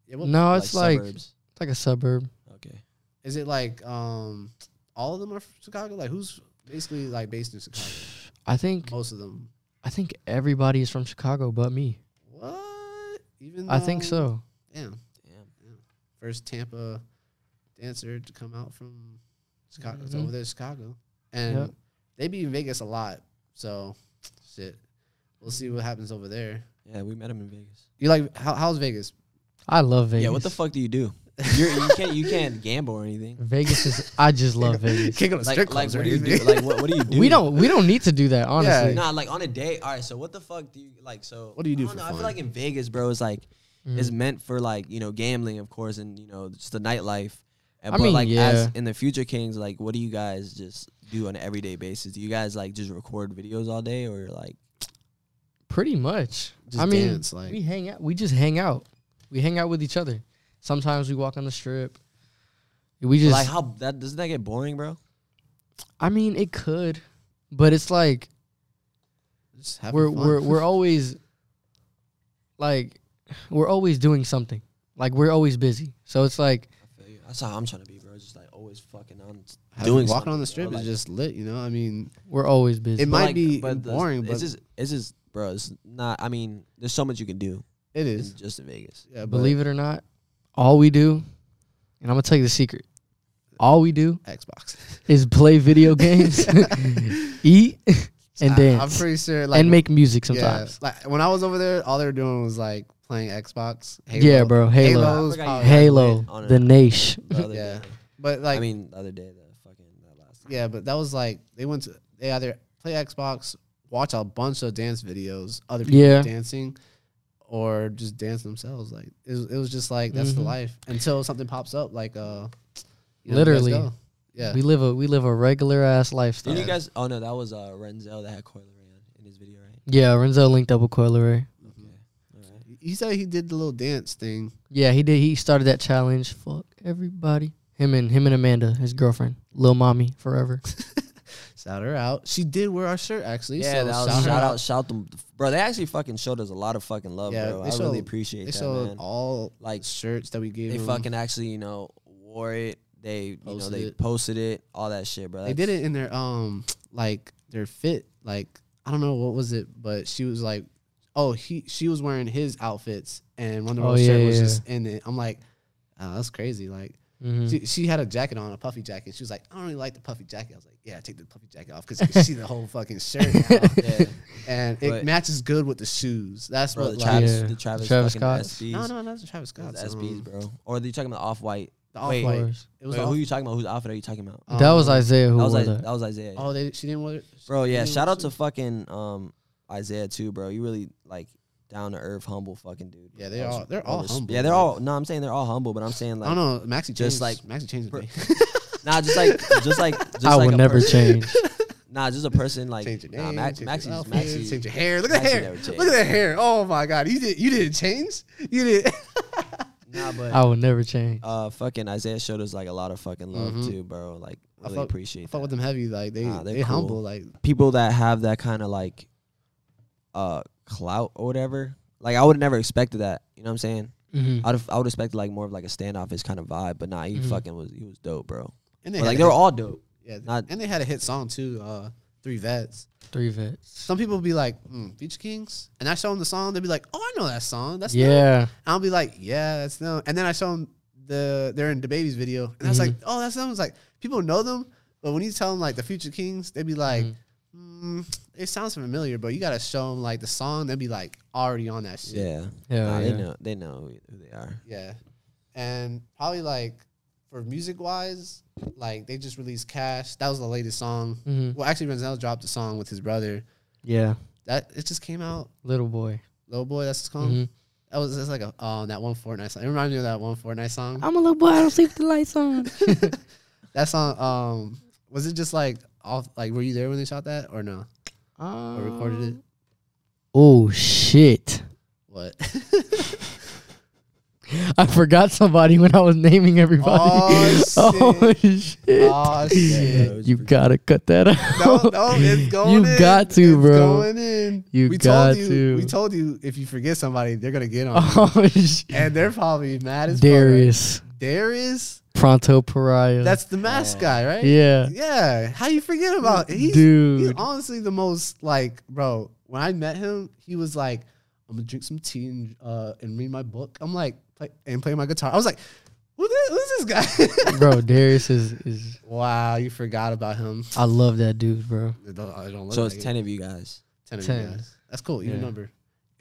Speaker 1: Yeah, what-
Speaker 3: No, Oh, it's like
Speaker 4: suburbs.
Speaker 3: it's like a suburb.
Speaker 4: Okay.
Speaker 1: Is it like um all of them are from Chicago? Like who's basically like based in Chicago?
Speaker 3: I think
Speaker 1: Most of them.
Speaker 3: I think everybody is from Chicago but me.
Speaker 1: What? Even
Speaker 3: I think
Speaker 1: though-
Speaker 3: so.
Speaker 1: Damn.
Speaker 4: Damn.
Speaker 1: First Tampa dancer to come out from Chicago. It's
Speaker 3: Mhm.
Speaker 1: over there in Chicago. And
Speaker 3: Yep.
Speaker 1: they be in Vegas a lot. So shit. We'll see what happens over there.
Speaker 4: Yeah, we met him in Vegas.
Speaker 1: You like how, how's Vegas?
Speaker 3: I love Vegas.
Speaker 4: Yeah, what the fuck do you do? You're, you can't you can't gamble or anything.
Speaker 3: Vegas is I just love Vegas.
Speaker 1: Kick on
Speaker 4: Like, like what do you do? Like what, what do you do?
Speaker 3: We don't we don't need to do that, honestly.
Speaker 4: Nah, like on a day. All right, so what the fuck do you like? So
Speaker 1: What do you do
Speaker 4: I,
Speaker 1: for
Speaker 4: know, I
Speaker 1: fun?
Speaker 4: feel like in Vegas, bro, it's like
Speaker 3: Mhm.
Speaker 1: Mm-hmm.
Speaker 4: it's meant for like you know gambling, of course, and you know just the nightlife. And,
Speaker 3: I
Speaker 4: but
Speaker 3: mean,
Speaker 4: like
Speaker 3: yeah.
Speaker 4: as in the future kings, like what do you guys just do on an everyday basis? Do you guys like just record videos all day or like
Speaker 3: Pretty much.
Speaker 1: Just
Speaker 3: I mean,
Speaker 1: dance, like-
Speaker 3: we hang out. We just hang out. We hang out with each other. Sometimes we walk on the strip. We just.
Speaker 4: like how that doesn't that get boring, bro?
Speaker 3: I mean, it could, but it's like
Speaker 1: Just having
Speaker 3: we're
Speaker 1: fun.
Speaker 3: we're we're always like we're always doing something. Like we're always busy, so it's like
Speaker 4: I feel you. That's how I'm trying to be, bro. Just like always fucking on
Speaker 1: Doing
Speaker 4: doing
Speaker 1: walking on the
Speaker 4: something,
Speaker 1: strip
Speaker 4: bro.
Speaker 1: is
Speaker 4: Like-
Speaker 1: just lit, you know. I mean,
Speaker 3: we're always busy.
Speaker 1: It might be
Speaker 4: the-
Speaker 1: boring, but-
Speaker 4: it's just, it's just, bro. It's not. I mean, there's so much you can do.
Speaker 1: it
Speaker 4: in-
Speaker 1: is.
Speaker 4: just in Vegas.
Speaker 1: Yeah, but
Speaker 3: Believe it or not, all we do, and I'm gonna tell you the secret. All we do
Speaker 1: Xbox
Speaker 3: is play video games, eat, and
Speaker 1: I- I'm
Speaker 3: dance,
Speaker 1: pretty sure, like
Speaker 3: and make music
Speaker 1: yeah,
Speaker 3: sometimes.
Speaker 1: like when I was over there, all they were doing was like playing Xbox. Halo.
Speaker 3: Yeah, bro, Halo.
Speaker 1: Halo's
Speaker 4: I forgot you
Speaker 1: probably-
Speaker 4: had
Speaker 3: Halo,
Speaker 4: Wait, on
Speaker 3: the
Speaker 4: it.
Speaker 3: niche.
Speaker 4: The other
Speaker 1: Yeah.
Speaker 4: day.
Speaker 1: but like
Speaker 4: I mean, the other day, the fucking that last.
Speaker 1: Yeah, but that was like they went to they either play Xbox, watch a bunch of dance videos, other people
Speaker 3: Yeah.
Speaker 1: dancing, or just dance themselves. Like it was, it was just like that's the
Speaker 3: Mhm.
Speaker 1: life until something pops up. Like uh, you know, you guys
Speaker 3: Literally.
Speaker 1: go. yeah.
Speaker 3: We live a we live a regular ass
Speaker 4: Did
Speaker 3: lifestyle.
Speaker 4: you guys? Oh no, that was uh, Renzel that had Coil Ray in his video, right?
Speaker 3: yeah, Renzo linked up with Coilery.
Speaker 1: Mm.
Speaker 4: Okay. All right.
Speaker 1: he said he did the little dance thing.
Speaker 3: Yeah, he did. He started that challenge. Fuck everybody. Him and him and Amanda, his girlfriend, little mommy, forever.
Speaker 1: Shout her out. She did wear our shirt actually.
Speaker 4: Yeah,
Speaker 1: so
Speaker 4: that was
Speaker 1: shout,
Speaker 4: shout,
Speaker 1: her
Speaker 4: out, shout them, bro. They actually fucking showed us a lot of fucking love,
Speaker 1: Yeah,
Speaker 4: bro.
Speaker 1: they
Speaker 4: I really
Speaker 1: showed-
Speaker 4: appreciate
Speaker 1: They
Speaker 4: that,
Speaker 1: showed
Speaker 4: man.
Speaker 1: all
Speaker 4: Like
Speaker 1: shirts that we gave.
Speaker 4: they
Speaker 1: them.
Speaker 4: fucking actually, you know, wore it. They, you know,
Speaker 1: Posted
Speaker 4: they
Speaker 1: it.
Speaker 4: posted it, all that shit, bro.
Speaker 1: They did it in their um like their fit like I don't know what was it, but she was like, oh he she was wearing his outfits and Wonder
Speaker 3: Oh,
Speaker 1: Woman's
Speaker 3: yeah,
Speaker 1: shirt was
Speaker 3: yeah.
Speaker 1: just in it. I'm like, oh, that's crazy. Like
Speaker 3: Mhm.
Speaker 1: she, she had a jacket on, a puffy jacket. She was like, I don't really like the puffy jacket. I was like, yeah, take the puffy jacket off because you can see the whole fucking shirt now.
Speaker 4: Yeah,
Speaker 1: and it
Speaker 4: But-
Speaker 1: matches good with the shoes. That's
Speaker 4: bro.
Speaker 1: what
Speaker 4: The
Speaker 1: like,
Speaker 4: Travis,
Speaker 3: Yeah.
Speaker 4: the Travis,
Speaker 3: Travis
Speaker 4: fucking
Speaker 3: Scott's.
Speaker 4: SBs,
Speaker 1: no no that's Travis Scott
Speaker 4: Those SBs, bro. Or are you talking about off white?
Speaker 1: The
Speaker 4: Wait.
Speaker 1: off white. It
Speaker 4: Wait,
Speaker 1: was
Speaker 4: who
Speaker 1: off.
Speaker 4: you talking about? Whose outfit are you talking about?
Speaker 3: that was
Speaker 1: um,
Speaker 3: Isaiah who
Speaker 4: That was,
Speaker 3: wore
Speaker 4: I,
Speaker 3: that.
Speaker 4: that was Isaiah.
Speaker 1: Oh, they she didn't wear it.
Speaker 4: Bro,
Speaker 1: she
Speaker 4: yeah.
Speaker 1: didn't
Speaker 4: Shout
Speaker 1: wear
Speaker 4: out
Speaker 1: the
Speaker 4: to
Speaker 1: shoes.
Speaker 4: fucking um Isaiah too, bro. You really like down to earth, humble fucking dude.
Speaker 1: Yeah, they
Speaker 4: I was-
Speaker 1: all- they're
Speaker 4: I
Speaker 1: all
Speaker 4: was-
Speaker 1: humble,
Speaker 4: Yeah, they're
Speaker 1: bro.
Speaker 4: all. No, I'm saying they're all humble, but I'm
Speaker 1: I
Speaker 4: saying like,
Speaker 1: don't know. Maxi changed.
Speaker 4: just like-
Speaker 1: like Maxi changed
Speaker 4: per-
Speaker 1: today.
Speaker 4: nah, just like, just like, just
Speaker 3: I
Speaker 4: like
Speaker 3: will
Speaker 4: a
Speaker 3: never
Speaker 4: person-
Speaker 3: change.
Speaker 4: Nah, just a person like.
Speaker 1: change your name,
Speaker 4: nah, Max,
Speaker 1: change
Speaker 4: Max
Speaker 1: your
Speaker 4: is
Speaker 1: outfit,
Speaker 4: Maxi-
Speaker 1: change your hair. Look at the
Speaker 4: Maxi
Speaker 1: hair.
Speaker 4: never
Speaker 1: Look at the hair. Oh my god, you did you didn't change. You did.
Speaker 4: Nah, but
Speaker 3: I will never change.
Speaker 4: uh, fucking Isaiah showed us like a lot of fucking love
Speaker 1: Mhm.
Speaker 4: too, bro. Like,
Speaker 1: I
Speaker 4: really
Speaker 1: fuck-
Speaker 4: appreciate
Speaker 1: I fuck
Speaker 4: that.
Speaker 1: with them heavy. Like they
Speaker 4: Nah,
Speaker 1: they
Speaker 4: they're cool.
Speaker 1: humble. Like
Speaker 4: people that have that kind of like, uh, clout or whatever. Like, I would have never expected that. You know what I'm saying?
Speaker 3: Mhm.
Speaker 4: I'd I would expect like more of like a standoffish kind of vibe, but nah, he
Speaker 3: Mhm.
Speaker 4: fucking was he was dope, bro.
Speaker 1: and
Speaker 4: But,
Speaker 1: had
Speaker 4: like
Speaker 1: a
Speaker 4: they were
Speaker 1: hit-
Speaker 4: all dope.
Speaker 1: yeah,
Speaker 4: not-
Speaker 1: and they had a hit song too. Uh, Three vets.
Speaker 3: Three vets.
Speaker 1: Some people be like, mm, Beach Kings, and I show them the song. They'd be like, Oh, I know that song. That's yeah.
Speaker 3: Yeah,
Speaker 1: I'll be like, Yeah, that's them. And then I show them the they're in the baby's video, and I was like, Oh, that's them. It's like people know them, but when you tell them like the Future Kings, they'd be like. Mm, it sounds familiar, but you gotta show them like the song. They'd be like already on that shit.
Speaker 4: Yeah,
Speaker 3: yeah, Oh,
Speaker 4: Nah,
Speaker 3: yeah.
Speaker 4: they know they know who- who they are.
Speaker 1: Yeah. And probably like for music wise, like they just released Cash. That was the latest song.
Speaker 3: Mhm.
Speaker 1: Well, actually, Renzel dropped a song with his brother.
Speaker 3: yeah.
Speaker 1: That it just came out.
Speaker 3: Little boy.
Speaker 1: Little boy, that's his song.
Speaker 3: Mhm.
Speaker 1: That was that's like a oh that one Fortnite song. It reminded me of that one Fortnite song.
Speaker 3: I'm a little boy. I don't sleep with the lights on.
Speaker 1: That song, um, was it just like off? Like, were you there when they shot that or no? Or recorded
Speaker 3: Um,
Speaker 1: it?
Speaker 3: Oh shit!
Speaker 1: What?
Speaker 3: I forgot somebody when I was naming everybody.
Speaker 1: Oh,
Speaker 3: Oh, shit!
Speaker 1: oh shit!
Speaker 3: you gotta cut that
Speaker 1: No,
Speaker 3: out.
Speaker 1: no, it's going.
Speaker 3: You
Speaker 1: in.
Speaker 3: got to,
Speaker 1: It's
Speaker 3: bro.
Speaker 1: Going in.
Speaker 3: You
Speaker 1: we
Speaker 3: got
Speaker 1: told you,
Speaker 3: to.
Speaker 1: We told you if you forget somebody, they're gonna get on. you.
Speaker 3: oh shit!
Speaker 1: And they're probably mad as fuck, right?
Speaker 3: Darius
Speaker 1: Darius,
Speaker 3: Pronto Pariah.
Speaker 1: that's the mask guy, right?
Speaker 3: yeah,
Speaker 1: Yeah. How you forget about? He's, he's
Speaker 3: dude.
Speaker 1: honestly the most like, bro. When I met him, he was like, "I'm gonna drink some tea and uh and read my book." I'm like, play, and play my guitar. I was like, who thi- who's this guy?
Speaker 3: bro, Darius is is.
Speaker 1: wow, you forgot about him.
Speaker 3: I love that dude, bro.
Speaker 1: I don't, I don't look
Speaker 4: So
Speaker 1: like
Speaker 4: it's
Speaker 1: it.
Speaker 4: ten of you guys.
Speaker 1: 10 of you
Speaker 3: Ten.
Speaker 1: guys. That's cool. Even
Speaker 3: Yeah.
Speaker 1: number.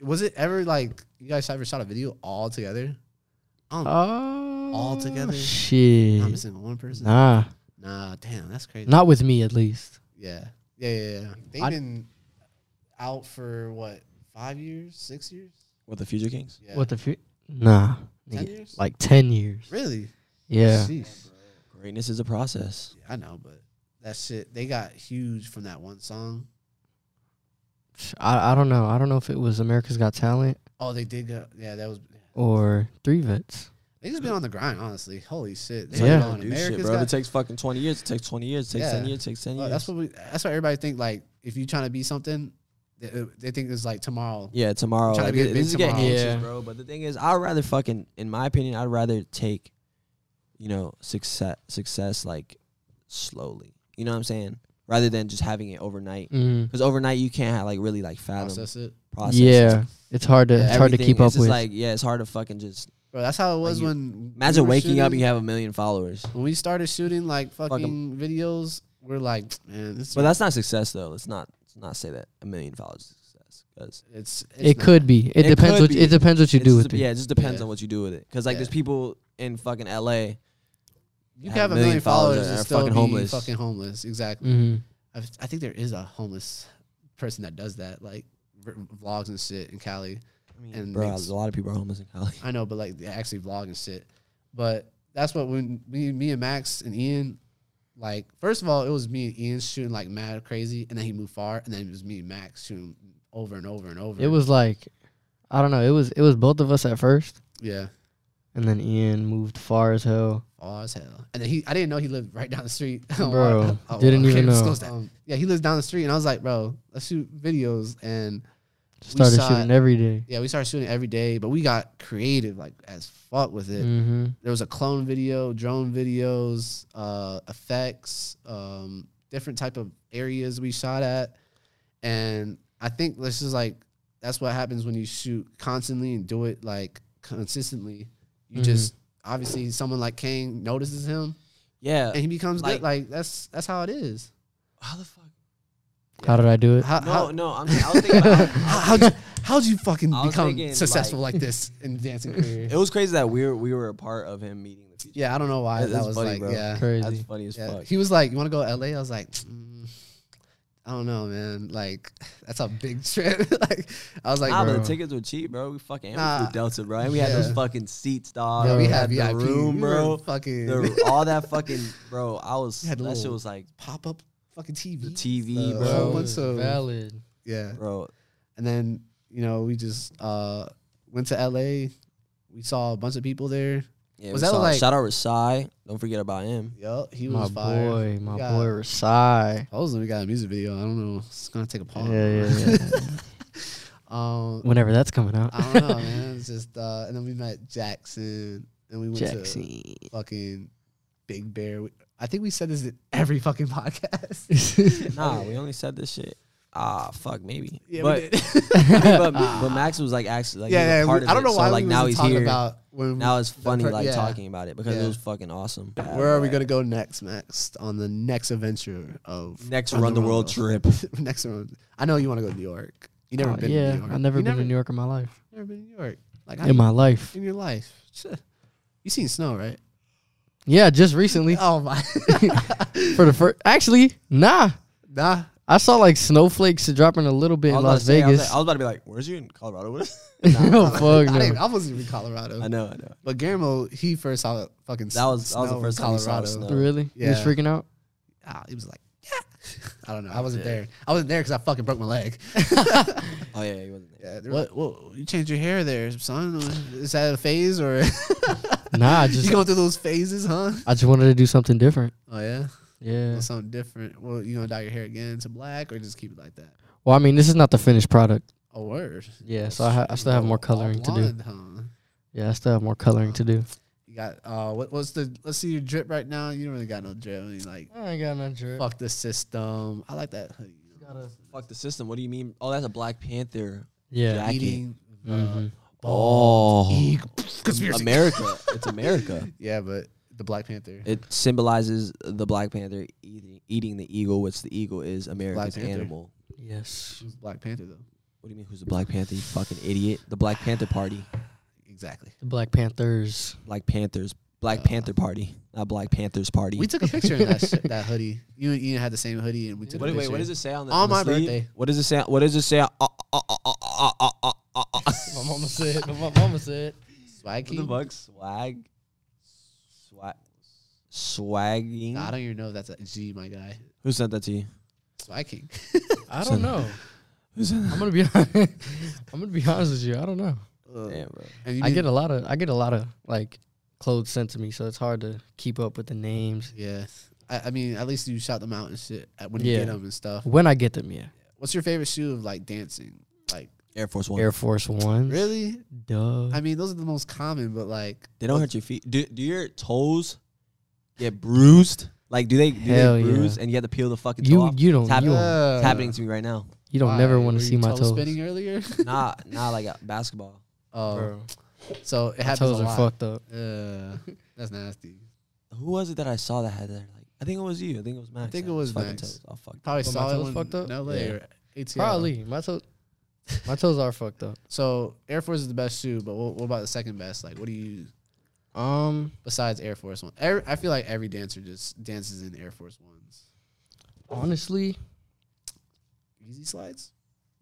Speaker 1: Was it ever like you guys ever shot a video all together? I don't,
Speaker 3: Oh,
Speaker 1: All together? I'm
Speaker 3: Shit.
Speaker 1: missing one person. Nah.
Speaker 3: Nah,
Speaker 1: damn, that's crazy.
Speaker 3: not with me at least.
Speaker 1: Yeah. Yeah, yeah, yeah. They've
Speaker 3: I-
Speaker 1: been out for what, five years, six years?
Speaker 4: What the Future Kings?
Speaker 1: Yeah.
Speaker 3: What the fu- Nah,
Speaker 1: ten
Speaker 3: nigga,
Speaker 1: years?
Speaker 3: like ten years.
Speaker 1: really?
Speaker 3: Yeah.
Speaker 1: Jeez.
Speaker 4: Greatness is a process.
Speaker 1: I know, but that shit they got huge from that one song.
Speaker 3: I, I don't know. I don't know if it was America's Got Talent
Speaker 1: Oh, they did go yeah, that was
Speaker 3: or Three Vets.
Speaker 1: they just been on the grind, honestly. Holy shit. They
Speaker 4: It's like,
Speaker 3: Yeah.
Speaker 1: been
Speaker 4: don't
Speaker 1: on
Speaker 4: do shit,
Speaker 1: America's
Speaker 4: bro. If
Speaker 1: Got Oh,
Speaker 4: it takes fucking twenty years. It takes twenty years. It
Speaker 1: Yeah.
Speaker 4: takes ten years. It takes ten
Speaker 1: Well,
Speaker 4: years.
Speaker 1: that's what we. That's what everybody think. Like, if you trying to be something, They, uh, they think it's like tomorrow.
Speaker 4: Yeah, tomorrow.
Speaker 1: Trying to
Speaker 4: Like,
Speaker 1: get
Speaker 4: this
Speaker 1: big
Speaker 4: is getting
Speaker 1: tomorrow.
Speaker 4: anxious,
Speaker 3: Yeah.
Speaker 4: bro. But the thing is, I'd rather fucking, in my opinion, I'd rather take, you know, success, success like slowly. You know what I'm saying? Rather than just having it overnight,
Speaker 1: Mm-hmm.
Speaker 3: Mm.
Speaker 4: because overnight you can't have, like really like fathom process.
Speaker 1: Process it.
Speaker 4: it.
Speaker 3: Yeah, it's hard to it's hard to
Speaker 4: Everything.
Speaker 3: keep
Speaker 4: it's
Speaker 3: up
Speaker 4: just
Speaker 3: with.
Speaker 4: Like yeah, it's hard to fucking just
Speaker 1: Bro, that's how it was
Speaker 4: you-
Speaker 1: when
Speaker 4: imagine
Speaker 1: we were
Speaker 4: waking up.
Speaker 1: shooting-
Speaker 4: You have a million followers,
Speaker 1: when we started shooting like fucking
Speaker 4: Fuck 'em.
Speaker 1: videos, we're like, man, this
Speaker 4: but that's not success though. Let's not let's not say that a million followers is success because
Speaker 1: it's, it's
Speaker 3: it
Speaker 1: not-
Speaker 3: could be. It,
Speaker 4: It
Speaker 3: depends.
Speaker 4: could
Speaker 3: What
Speaker 4: be.
Speaker 3: it depends what you do with it.
Speaker 4: yeah, it just depends
Speaker 1: Yeah.
Speaker 4: on what you do with it. Because like
Speaker 1: Yeah.
Speaker 4: there's people in fucking L.A.
Speaker 1: You
Speaker 4: have
Speaker 1: can have a million followers,
Speaker 4: that
Speaker 1: and
Speaker 4: are
Speaker 1: still
Speaker 4: fucking
Speaker 1: be
Speaker 4: homeless.
Speaker 1: fucking homeless. Exactly.
Speaker 3: Mm-hmm.
Speaker 1: I, I think there is a homeless person that does that, like v- vlogs and shit in Cali.
Speaker 4: I mean,
Speaker 1: And
Speaker 4: bro,
Speaker 1: makes-
Speaker 4: a lot of people are homeless in Cali.
Speaker 1: I know, but like they actually vlog and shit. But that's what when me, me and Max and Ian, like first of all, it was me and Ian shooting like mad crazy, and then he moved far, and then it was me and Max shooting over and over and over.
Speaker 3: It was like, I don't know. It was it was both of us at first,
Speaker 1: yeah,
Speaker 3: and then Ian moved far as hell.
Speaker 1: Oh, as hell. And then he, I didn't know he lived right down the street. Oh,
Speaker 3: Bro, didn't even know.
Speaker 1: disclose that. Um, yeah, he lives down the street, and I was like, bro, let's shoot videos. And
Speaker 3: Started
Speaker 1: saw
Speaker 3: shooting every day.
Speaker 1: yeah, we started shooting every day, but we got creative like as fuck with
Speaker 4: Mm.
Speaker 1: it.
Speaker 3: Mm-hmm.
Speaker 1: There was a clone video, drone videos, uh, effects, um, different type of areas we shot at, and I think this is like that's what happens when you shoot constantly and do it like consistently. You
Speaker 4: Mm-hmm.
Speaker 3: Mhm.
Speaker 1: just obviously someone like Kane notices him
Speaker 4: Yeah,
Speaker 1: and he becomes
Speaker 4: Uh, Like-
Speaker 1: good. Like that's that's how it is.
Speaker 4: how the fuck?
Speaker 3: How did I do it?
Speaker 1: How
Speaker 4: No,
Speaker 1: how,
Speaker 4: no, I'm, I was thinking. About,
Speaker 1: how how'd, you, how'd you fucking
Speaker 4: I was
Speaker 1: become
Speaker 4: thinking,
Speaker 1: successful like, this in the dancing career?
Speaker 4: it was crazy that we were we were a part of him meeting the future.
Speaker 1: Yeah, I don't know why
Speaker 4: That-
Speaker 1: that
Speaker 4: that's
Speaker 1: was
Speaker 4: funny,
Speaker 1: like
Speaker 4: bro.
Speaker 1: yeah.
Speaker 4: that's
Speaker 3: Crazy.
Speaker 4: funny as
Speaker 1: yeah.
Speaker 4: fuck.
Speaker 1: He was like, "You want to go to LA?" I was like, mm, "I don't know, man. Like that's a big trip." like I was like,
Speaker 4: nah, but
Speaker 1: bro,
Speaker 4: the tickets were cheap, bro. We fucking and we
Speaker 1: Nah.
Speaker 4: flew Delta, bro, and we had
Speaker 1: Yeah.
Speaker 4: those fucking seats, dog.
Speaker 1: yeah,
Speaker 3: bro,
Speaker 1: we had
Speaker 4: the
Speaker 1: VIP
Speaker 4: room,
Speaker 1: we were
Speaker 4: bro.
Speaker 1: Fucking
Speaker 4: The, all that fucking, bro. I was
Speaker 1: We had
Speaker 4: that
Speaker 1: the
Speaker 4: shit
Speaker 1: little-
Speaker 4: was like
Speaker 1: pop up fucking TV.
Speaker 4: the TV,
Speaker 1: Uh,
Speaker 4: bro.
Speaker 1: whole bunch of-
Speaker 3: valid.
Speaker 1: yeah,
Speaker 4: bro.
Speaker 1: and then you know we just uh went to LA. We saw a bunch of people there.
Speaker 4: Yeah,
Speaker 1: Was
Speaker 4: we
Speaker 1: that
Speaker 4: saw-
Speaker 1: like-
Speaker 4: shout out Rasai? Don't forget about him.
Speaker 1: Yup, he
Speaker 3: My
Speaker 1: was fire.
Speaker 3: boy, my
Speaker 1: got-
Speaker 3: boy Rasai.
Speaker 1: Supposedly we got a music video. I don't know. It's gonna take a pause.
Speaker 3: Yeah, yeah, yeah.
Speaker 1: Um,
Speaker 3: Whenever that's coming out.
Speaker 1: I don't know, man. It's just uh, and then we met Jackson, and we went to
Speaker 3: Jackson.
Speaker 1: fucking Big Bear. We- I think we said this in every fucking podcast.
Speaker 4: Nah, we only said this shit. Ah, fuck, maybe.
Speaker 1: yeah,
Speaker 4: but,
Speaker 1: we did.
Speaker 4: but but Max was like actually like he was a
Speaker 1: yeah, yeah.
Speaker 4: part
Speaker 1: we-
Speaker 4: of
Speaker 1: I don't
Speaker 4: it,
Speaker 1: know why
Speaker 4: so, like
Speaker 1: we
Speaker 4: now
Speaker 1: wasn't
Speaker 4: he's
Speaker 1: talking
Speaker 4: here.
Speaker 1: about when
Speaker 4: now it's funny
Speaker 1: per-
Speaker 4: like
Speaker 1: yeah.
Speaker 4: talking about it because
Speaker 1: Yeah.
Speaker 4: it was fucking awesome.
Speaker 1: where are we gonna go next, Max? On the next adventure of
Speaker 4: next run the world trip? Uh,
Speaker 1: next one. I know you want to go to New York. You never
Speaker 3: Oh,
Speaker 1: been?
Speaker 3: yeah,
Speaker 1: to New York.
Speaker 3: I've never
Speaker 1: You
Speaker 3: been to New York in my life.
Speaker 1: Never been to New York. Like I,
Speaker 3: In my life.
Speaker 1: in your life, Shit. you seen snow, right?
Speaker 3: Yeah, just recently.
Speaker 1: Oh my,
Speaker 3: For the first, actually, nah.
Speaker 1: nah.
Speaker 3: I saw like snowflakes dropping a little bit
Speaker 4: I was
Speaker 3: in Las
Speaker 4: about to say, I was
Speaker 3: Vegas.
Speaker 4: like- I was about to be like, "Where's you in Colorado?" with?"
Speaker 3: no, fuck
Speaker 1: I, didn't,
Speaker 3: no.
Speaker 1: I wasn't even Colorado.
Speaker 4: I know, I know.
Speaker 1: But Guillermo, he first saw fucking
Speaker 4: That was- that was the
Speaker 1: snow in
Speaker 4: first time he saw
Speaker 1: Colorado.
Speaker 4: snow.
Speaker 3: Really? You was
Speaker 1: oh. Yeah.
Speaker 3: freaking out?
Speaker 1: Ah, he was like, yeah. I don't know. I wasn't there. I wasn't there because I fucking broke my leg.
Speaker 4: Oh yeah, he wasn't there.
Speaker 1: what? What? You changed your hair there, son? Is that a phase or
Speaker 3: Nah, I
Speaker 1: you
Speaker 3: just
Speaker 1: going through those phases, huh?
Speaker 3: I just wanted to do something different.
Speaker 1: Oh yeah,
Speaker 3: Yeah.
Speaker 1: Well, something different. Well, you gonna dye your hair again to black or just keep it like that?
Speaker 3: Well, I mean, this is not the finished product.
Speaker 1: A word.
Speaker 3: Yeah, so I, ha- I still have more coloring to do.
Speaker 1: Huh?
Speaker 3: Yeah, I still have more coloring to do.
Speaker 1: You got uh, what, what's the? Let's see your drip right now. You don't really got no drip. You like
Speaker 3: I ain't got no drip.
Speaker 1: fuck the system. I like that hoodie. you know.
Speaker 4: Fuck the system. What do you mean? Oh, that's a Black Panther.
Speaker 3: Yeah.
Speaker 4: Jacket.
Speaker 1: Eating. uh,
Speaker 3: Mhm.
Speaker 1: balls,
Speaker 4: Oh.
Speaker 1: eagle- Conspiracy.
Speaker 4: America. it's America.
Speaker 1: Yeah, but the Black Panther.
Speaker 4: It symbolizes the Black Panther eating, eating the eagle, which the eagle is America's
Speaker 1: Panther.
Speaker 4: animal.
Speaker 3: Yes.
Speaker 1: Who's Black Panther though?
Speaker 4: What do you mean? Who's the Black Panther? You fucking idiot! The Black Panther Party,
Speaker 1: Exactly.
Speaker 3: The Black Panthers.
Speaker 4: Black Panthers, Black
Speaker 1: Uh,
Speaker 4: Panther Party, not Black Panthers Party.
Speaker 1: We took a picture in that sh- that hoodie. You and Ian had the same hoodie, and we took.
Speaker 4: What,
Speaker 1: a
Speaker 4: do-
Speaker 1: picture.
Speaker 4: wait, what does it say on the
Speaker 1: On
Speaker 4: on the
Speaker 1: my
Speaker 4: sleeve?
Speaker 1: birthday.
Speaker 4: What does it say? What does it say? Uh, uh, uh, uh, uh, uh, uh, uh, uh, uh.
Speaker 3: My mama said. My mama said.
Speaker 1: Swag
Speaker 4: What the
Speaker 1: King?
Speaker 4: fuck? Swag, swag, swagging.
Speaker 1: I don't even know if that's a G, my guy.
Speaker 4: Who sent that to you?
Speaker 1: Swag King.
Speaker 3: I
Speaker 4: So-
Speaker 3: don't know.
Speaker 4: Who sent
Speaker 3: I'm gonna be. I'm gonna be honest with you. I don't know.
Speaker 1: Ugh.
Speaker 4: Damn, bro.
Speaker 1: And you
Speaker 3: I
Speaker 1: didn't-
Speaker 3: get a lot of I get a lot of like clothes sent to me, so it's hard to keep up with the names.
Speaker 1: Yeah. I, I mean, at least you shout them out and shit at- when you
Speaker 3: Yeah.
Speaker 1: get them and stuff.
Speaker 3: When I get them, yeah.
Speaker 1: What's your favorite shoe of like dancing? Like
Speaker 4: Air Force One.
Speaker 3: Air Force One.
Speaker 1: really?
Speaker 3: Duh.
Speaker 1: I mean, those are the most common, but like
Speaker 4: they don't hurt your feet. Do, do your toes get bruised? Like do they do
Speaker 3: Hell
Speaker 4: they
Speaker 3: yeah.
Speaker 4: bruise and you have to peel the fucking toe
Speaker 3: you
Speaker 4: off?
Speaker 3: you don't
Speaker 4: Tap-
Speaker 3: you, don't-
Speaker 1: uh,
Speaker 4: it's happening to me right now.
Speaker 3: you don't never
Speaker 1: why?
Speaker 3: want
Speaker 1: Were
Speaker 3: to see
Speaker 1: you
Speaker 3: my
Speaker 1: toe
Speaker 3: toes.
Speaker 1: spinning earlier.
Speaker 4: nah, nah, like uh, basketball.
Speaker 1: Oh,
Speaker 3: Bro,
Speaker 1: so it
Speaker 3: my
Speaker 1: happens
Speaker 3: toes
Speaker 1: a
Speaker 3: are
Speaker 1: lot.
Speaker 3: fucked up.
Speaker 1: Yeah, that's nasty.
Speaker 4: Who was it that I saw that had that? Like, I think it was you. I think it was Max.
Speaker 1: think
Speaker 4: that
Speaker 1: it was
Speaker 4: fucking
Speaker 1: Max.
Speaker 4: Toes. Oh fuck.
Speaker 1: Probably
Speaker 3: But my
Speaker 1: saw it
Speaker 3: toes
Speaker 1: when
Speaker 3: fucked up?
Speaker 1: in LA
Speaker 4: Yeah.
Speaker 1: or ATL.
Speaker 3: Probably my toes. My toes are fucked up.
Speaker 1: So Air Force is the best shoe, but what, what about the second best? Like, what do you
Speaker 3: Um,
Speaker 1: besides Air Force One? Every, I feel like every dancer just dances in Air Force Ones.
Speaker 3: honestly,
Speaker 1: Easy slides?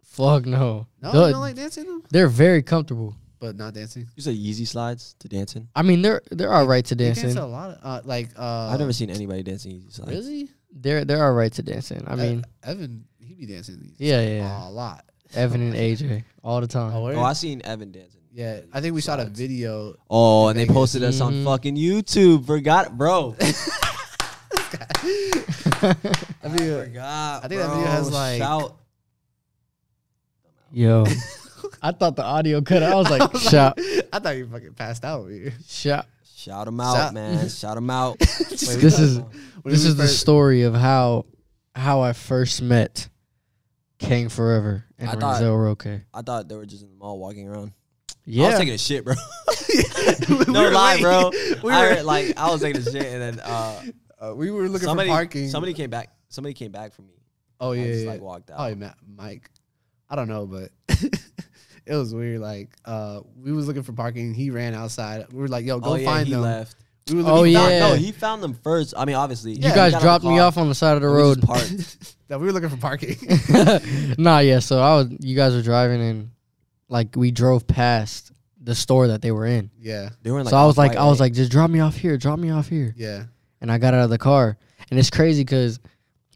Speaker 3: fuck no.
Speaker 1: No,
Speaker 3: Duh,
Speaker 1: you don't like dancing them,
Speaker 3: they're very comfortable.
Speaker 1: but not dancing.
Speaker 4: You said Yeezy slides to dancing.
Speaker 3: I mean, they're they're all right to
Speaker 1: They dance
Speaker 3: dancing.
Speaker 1: to a lot of uh, like. Uh,
Speaker 4: I've never seen anybody dancing Yeezy slides.
Speaker 1: really.
Speaker 3: They're they're all right to dancing. I
Speaker 1: E-
Speaker 3: mean,
Speaker 1: Evan, he be dancing these.
Speaker 3: Yeah, yeah, yeah.
Speaker 1: a lot.
Speaker 3: Evan and AJ all the time.
Speaker 1: where-
Speaker 4: Oh, I seen Evan dancing.
Speaker 1: yeah, I think we shot a
Speaker 4: Slides.
Speaker 1: video.
Speaker 4: Oh, and they posted us on
Speaker 3: Mhm.
Speaker 4: fucking YouTube. Forgot, bro.
Speaker 1: I mean,
Speaker 4: forgot.
Speaker 1: I think that video has, like-
Speaker 4: shout.
Speaker 3: Yo, I thought the audio cut. out. I was like, shout,
Speaker 1: I thought you fucking passed out. over here.
Speaker 3: shout.
Speaker 4: Shout him out,
Speaker 1: Shout-
Speaker 4: man. Shout him out.
Speaker 3: This is
Speaker 1: When
Speaker 3: this
Speaker 1: we
Speaker 3: is the
Speaker 1: first-
Speaker 3: story of how how I first met King Forever and
Speaker 4: I thought-
Speaker 3: Renzel Roque.
Speaker 4: I thought they were just in the mall walking around. I was
Speaker 3: Yeah,
Speaker 4: taking a shit, bro.
Speaker 1: We
Speaker 4: no
Speaker 1: were
Speaker 4: lie,
Speaker 1: late.
Speaker 4: bro.
Speaker 1: We
Speaker 4: I
Speaker 1: were-
Speaker 4: heard, like I was taking a shit, and then uh,
Speaker 1: Uh, we were looking
Speaker 4: somebody
Speaker 1: for parking.
Speaker 4: somebody came back. Somebody came back for me.
Speaker 1: Oh yeah,
Speaker 4: I just
Speaker 1: yeah,
Speaker 4: like
Speaker 1: yeah.
Speaker 4: walked out.
Speaker 1: probably Ma- Mike. I don't know, but it was weird. Like uh, we was looking for parking. He ran outside. We were like, "Yo, go
Speaker 4: oh, yeah,
Speaker 1: find
Speaker 4: he
Speaker 1: them."
Speaker 4: left.
Speaker 1: We were
Speaker 3: Oh,
Speaker 1: looking-
Speaker 4: Found-
Speaker 3: yeah.
Speaker 4: no, he found them first. I mean, obviously,
Speaker 1: Yeah,
Speaker 3: you guys
Speaker 4: got out of
Speaker 3: dropped
Speaker 4: the
Speaker 3: me
Speaker 4: car,
Speaker 3: off on the side of the
Speaker 4: and we
Speaker 3: road.
Speaker 4: just parked.
Speaker 1: that we were looking for parking.
Speaker 3: nah, yeah. So I was, you guys were driving and like we drove past the store that they were in.
Speaker 1: yeah,
Speaker 4: They were in,
Speaker 3: so I was like,
Speaker 4: off-white,
Speaker 3: I was
Speaker 4: right?
Speaker 3: like, just drop me off here, drop me off here.
Speaker 1: yeah.
Speaker 3: And I got out of the car, and it's crazy because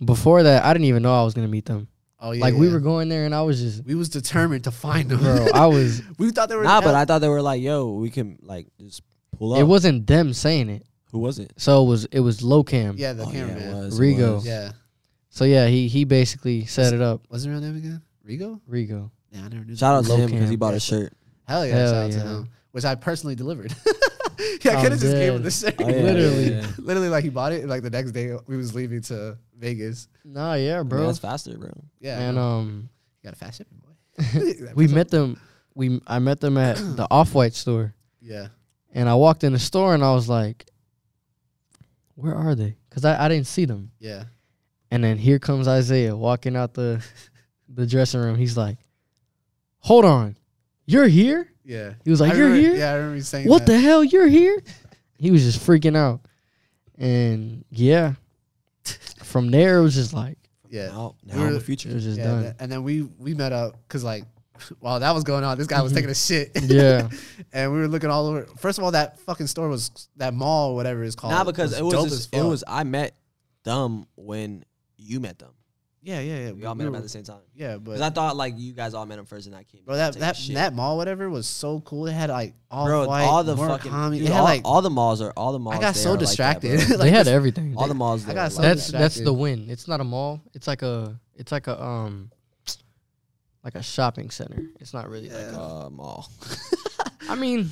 Speaker 3: before that, I didn't even know I was gonna meet them.
Speaker 1: Oh yeah.
Speaker 3: like we
Speaker 1: yeah.
Speaker 3: were going there, and I was just,
Speaker 1: we was determined to find them.
Speaker 3: bro, I was.
Speaker 1: we thought they were
Speaker 4: nah, but I thought they were like, yo, we can like just pull up.
Speaker 3: It wasn't them saying it.
Speaker 4: Who was it?
Speaker 3: So it was it was Locam.
Speaker 1: yeah, the
Speaker 4: Oh, yeah, it
Speaker 1: cameraman.
Speaker 4: was, it
Speaker 3: Rigo.
Speaker 4: was.
Speaker 1: Yeah.
Speaker 3: So yeah, he he basically set it up.
Speaker 1: What's her real name again? Rigo?
Speaker 3: Rigo.
Speaker 1: Yeah, I never knew.
Speaker 4: Shout out to
Speaker 3: Low
Speaker 4: him because he
Speaker 3: cam.
Speaker 4: bought a shirt.
Speaker 1: Hell yeah,
Speaker 3: Hell
Speaker 1: shout out to
Speaker 3: yeah.
Speaker 1: him. Which I personally delivered. yeah, I
Speaker 3: I'm
Speaker 1: could have just gave him
Speaker 3: dead.
Speaker 1: the shirt.
Speaker 4: Oh, yeah,
Speaker 3: Literally.
Speaker 4: yeah, yeah.
Speaker 1: Literally, like he bought it, and, like the next day we was leaving to Vegas.
Speaker 3: Nah, yeah,
Speaker 4: Yeah,
Speaker 3: bro.
Speaker 4: that's faster, bro.
Speaker 1: Yeah,
Speaker 3: and um,
Speaker 1: you got a fast shipping boy.
Speaker 3: we met them. We I met them at the Off White store,
Speaker 1: Yeah,
Speaker 3: and I walked in the store, and I was like, "Where are they?" Because I I didn't see them.
Speaker 1: yeah.
Speaker 3: And then here comes Isaiah walking out the the dressing room. He's like, "Hold on, you're here."
Speaker 1: Yeah.
Speaker 3: He was like,
Speaker 1: I
Speaker 3: "You're
Speaker 1: remember-
Speaker 3: here?
Speaker 1: Yeah, I remember you saying
Speaker 3: What
Speaker 1: that.
Speaker 3: the hell? You're here?" He was just freaking out, and yeah. From there, it was just like
Speaker 1: Yeah.
Speaker 4: Now, now
Speaker 1: We're-
Speaker 4: in the
Speaker 3: it
Speaker 4: future.
Speaker 3: was just
Speaker 1: yeah,
Speaker 3: done.
Speaker 1: th- and then we we met up because like while that was going on, this guy was
Speaker 3: Mhm.
Speaker 1: taking a shit.
Speaker 3: yeah,
Speaker 1: and we were looking all over. First of all, that fucking store was that mall, or whatever it's called.
Speaker 4: Nah, because it
Speaker 1: dope as
Speaker 4: was just,
Speaker 1: fuck.
Speaker 4: it was I met them when you met them.
Speaker 1: yeah, yeah, yeah.
Speaker 4: We
Speaker 1: but
Speaker 4: all met
Speaker 1: we
Speaker 4: them at
Speaker 1: were-
Speaker 4: the same time.
Speaker 1: Yeah, but
Speaker 4: Because I thought like you guys all met him first and I came.
Speaker 1: Bro, that
Speaker 4: to take a
Speaker 1: that
Speaker 4: shit.
Speaker 1: that mall, whatever, was so cool. It had like all
Speaker 4: bro,
Speaker 1: white,
Speaker 4: all the
Speaker 1: Murakami.
Speaker 4: fucking
Speaker 1: it
Speaker 4: dude,
Speaker 1: had
Speaker 4: all,
Speaker 1: like
Speaker 4: all the malls are all the malls.
Speaker 1: I got
Speaker 4: there
Speaker 1: so
Speaker 4: are like that,
Speaker 1: distracted.
Speaker 4: bro.
Speaker 1: Like,
Speaker 3: they had
Speaker 1: this-
Speaker 3: everything.
Speaker 4: all the malls.
Speaker 1: I
Speaker 4: There
Speaker 1: got
Speaker 4: are
Speaker 1: so
Speaker 4: like
Speaker 3: that's
Speaker 4: that.
Speaker 3: that's
Speaker 1: distracted.
Speaker 3: the win. It's not a mall. It's like a it's like a um like a shopping center. It's not really like a,
Speaker 4: uh, mall.
Speaker 3: I mean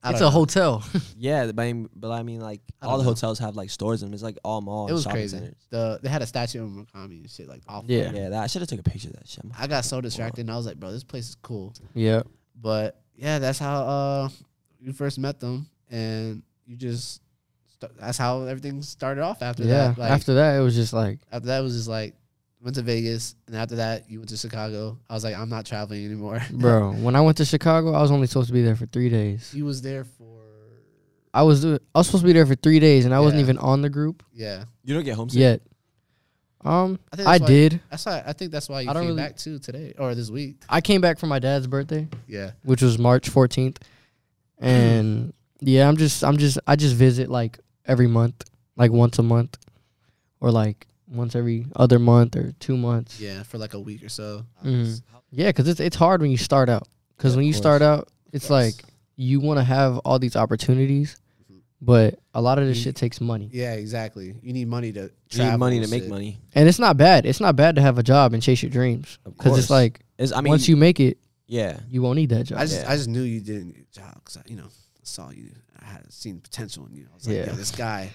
Speaker 1: I
Speaker 3: it's
Speaker 1: don't know.
Speaker 3: a hotel.
Speaker 4: Yeah, but I mean, but I mean like
Speaker 1: I
Speaker 4: all
Speaker 1: don't
Speaker 4: the
Speaker 1: know.
Speaker 4: hotels have like stores in them. It's like all malls.
Speaker 1: It was
Speaker 4: shopping
Speaker 1: crazy.
Speaker 4: Centers.
Speaker 1: The they had a statue of Murakami and shit like off.
Speaker 3: Yeah.
Speaker 4: Yeah, that I should have took a picture of that shit.
Speaker 1: I got so distracted, and I was like, bro, this place is cool.
Speaker 3: yeah.
Speaker 1: But yeah, that's how uh you first met them, and you just st- that's how everything started off. After
Speaker 3: Yeah.
Speaker 1: that, like,
Speaker 3: After that it was just like
Speaker 1: after that was just like went to Vegas, and after that you went to Chicago. I was like, I'm not traveling anymore.
Speaker 3: bro, when I went to Chicago, I was only supposed to be there for three days.
Speaker 1: he was there for
Speaker 3: I was I was supposed to be there for three days and I wasn't
Speaker 1: Yeah.
Speaker 3: even on the group
Speaker 1: yeah.
Speaker 4: You don't get homesick.
Speaker 3: yet. Um
Speaker 1: I, think
Speaker 3: I
Speaker 1: that's why-
Speaker 3: did.
Speaker 1: That's why I think that's why you
Speaker 3: I
Speaker 1: came
Speaker 3: don't really-
Speaker 1: back too today or this week.
Speaker 3: I came back for my dad's birthday.
Speaker 1: Yeah,
Speaker 3: which was March 14th. And yeah, I'm just I'm just I just visit like every month, like once a month or like once every other month or 2 months.
Speaker 1: yeah, for like a week or so.
Speaker 3: Mhm. Yeah, cuz it's it's hard when you start out. Cuz
Speaker 4: Of
Speaker 3: when you
Speaker 4: course.
Speaker 3: start out, it's
Speaker 1: course.
Speaker 4: Mm-hmm.
Speaker 3: like you want to have all these opportunities, But a lot of this
Speaker 1: Ye-
Speaker 3: shit takes money.
Speaker 1: Yeah, exactly. You need money to
Speaker 4: You
Speaker 1: travel.
Speaker 4: need money to
Speaker 1: and
Speaker 4: make
Speaker 1: shit.
Speaker 4: money.
Speaker 3: And it's not bad. It's not bad to have a job and chase your dreams.
Speaker 4: Of
Speaker 3: Because
Speaker 4: course.
Speaker 3: it's like,
Speaker 4: It's, I mean,
Speaker 3: once you make it,
Speaker 4: yeah,
Speaker 3: you won't need that job.
Speaker 1: I just
Speaker 4: Yeah.
Speaker 1: I just knew you didn't get a job because you know I saw you. I had seen potential in you. I was like,
Speaker 3: Yeah.
Speaker 1: yo, this guy,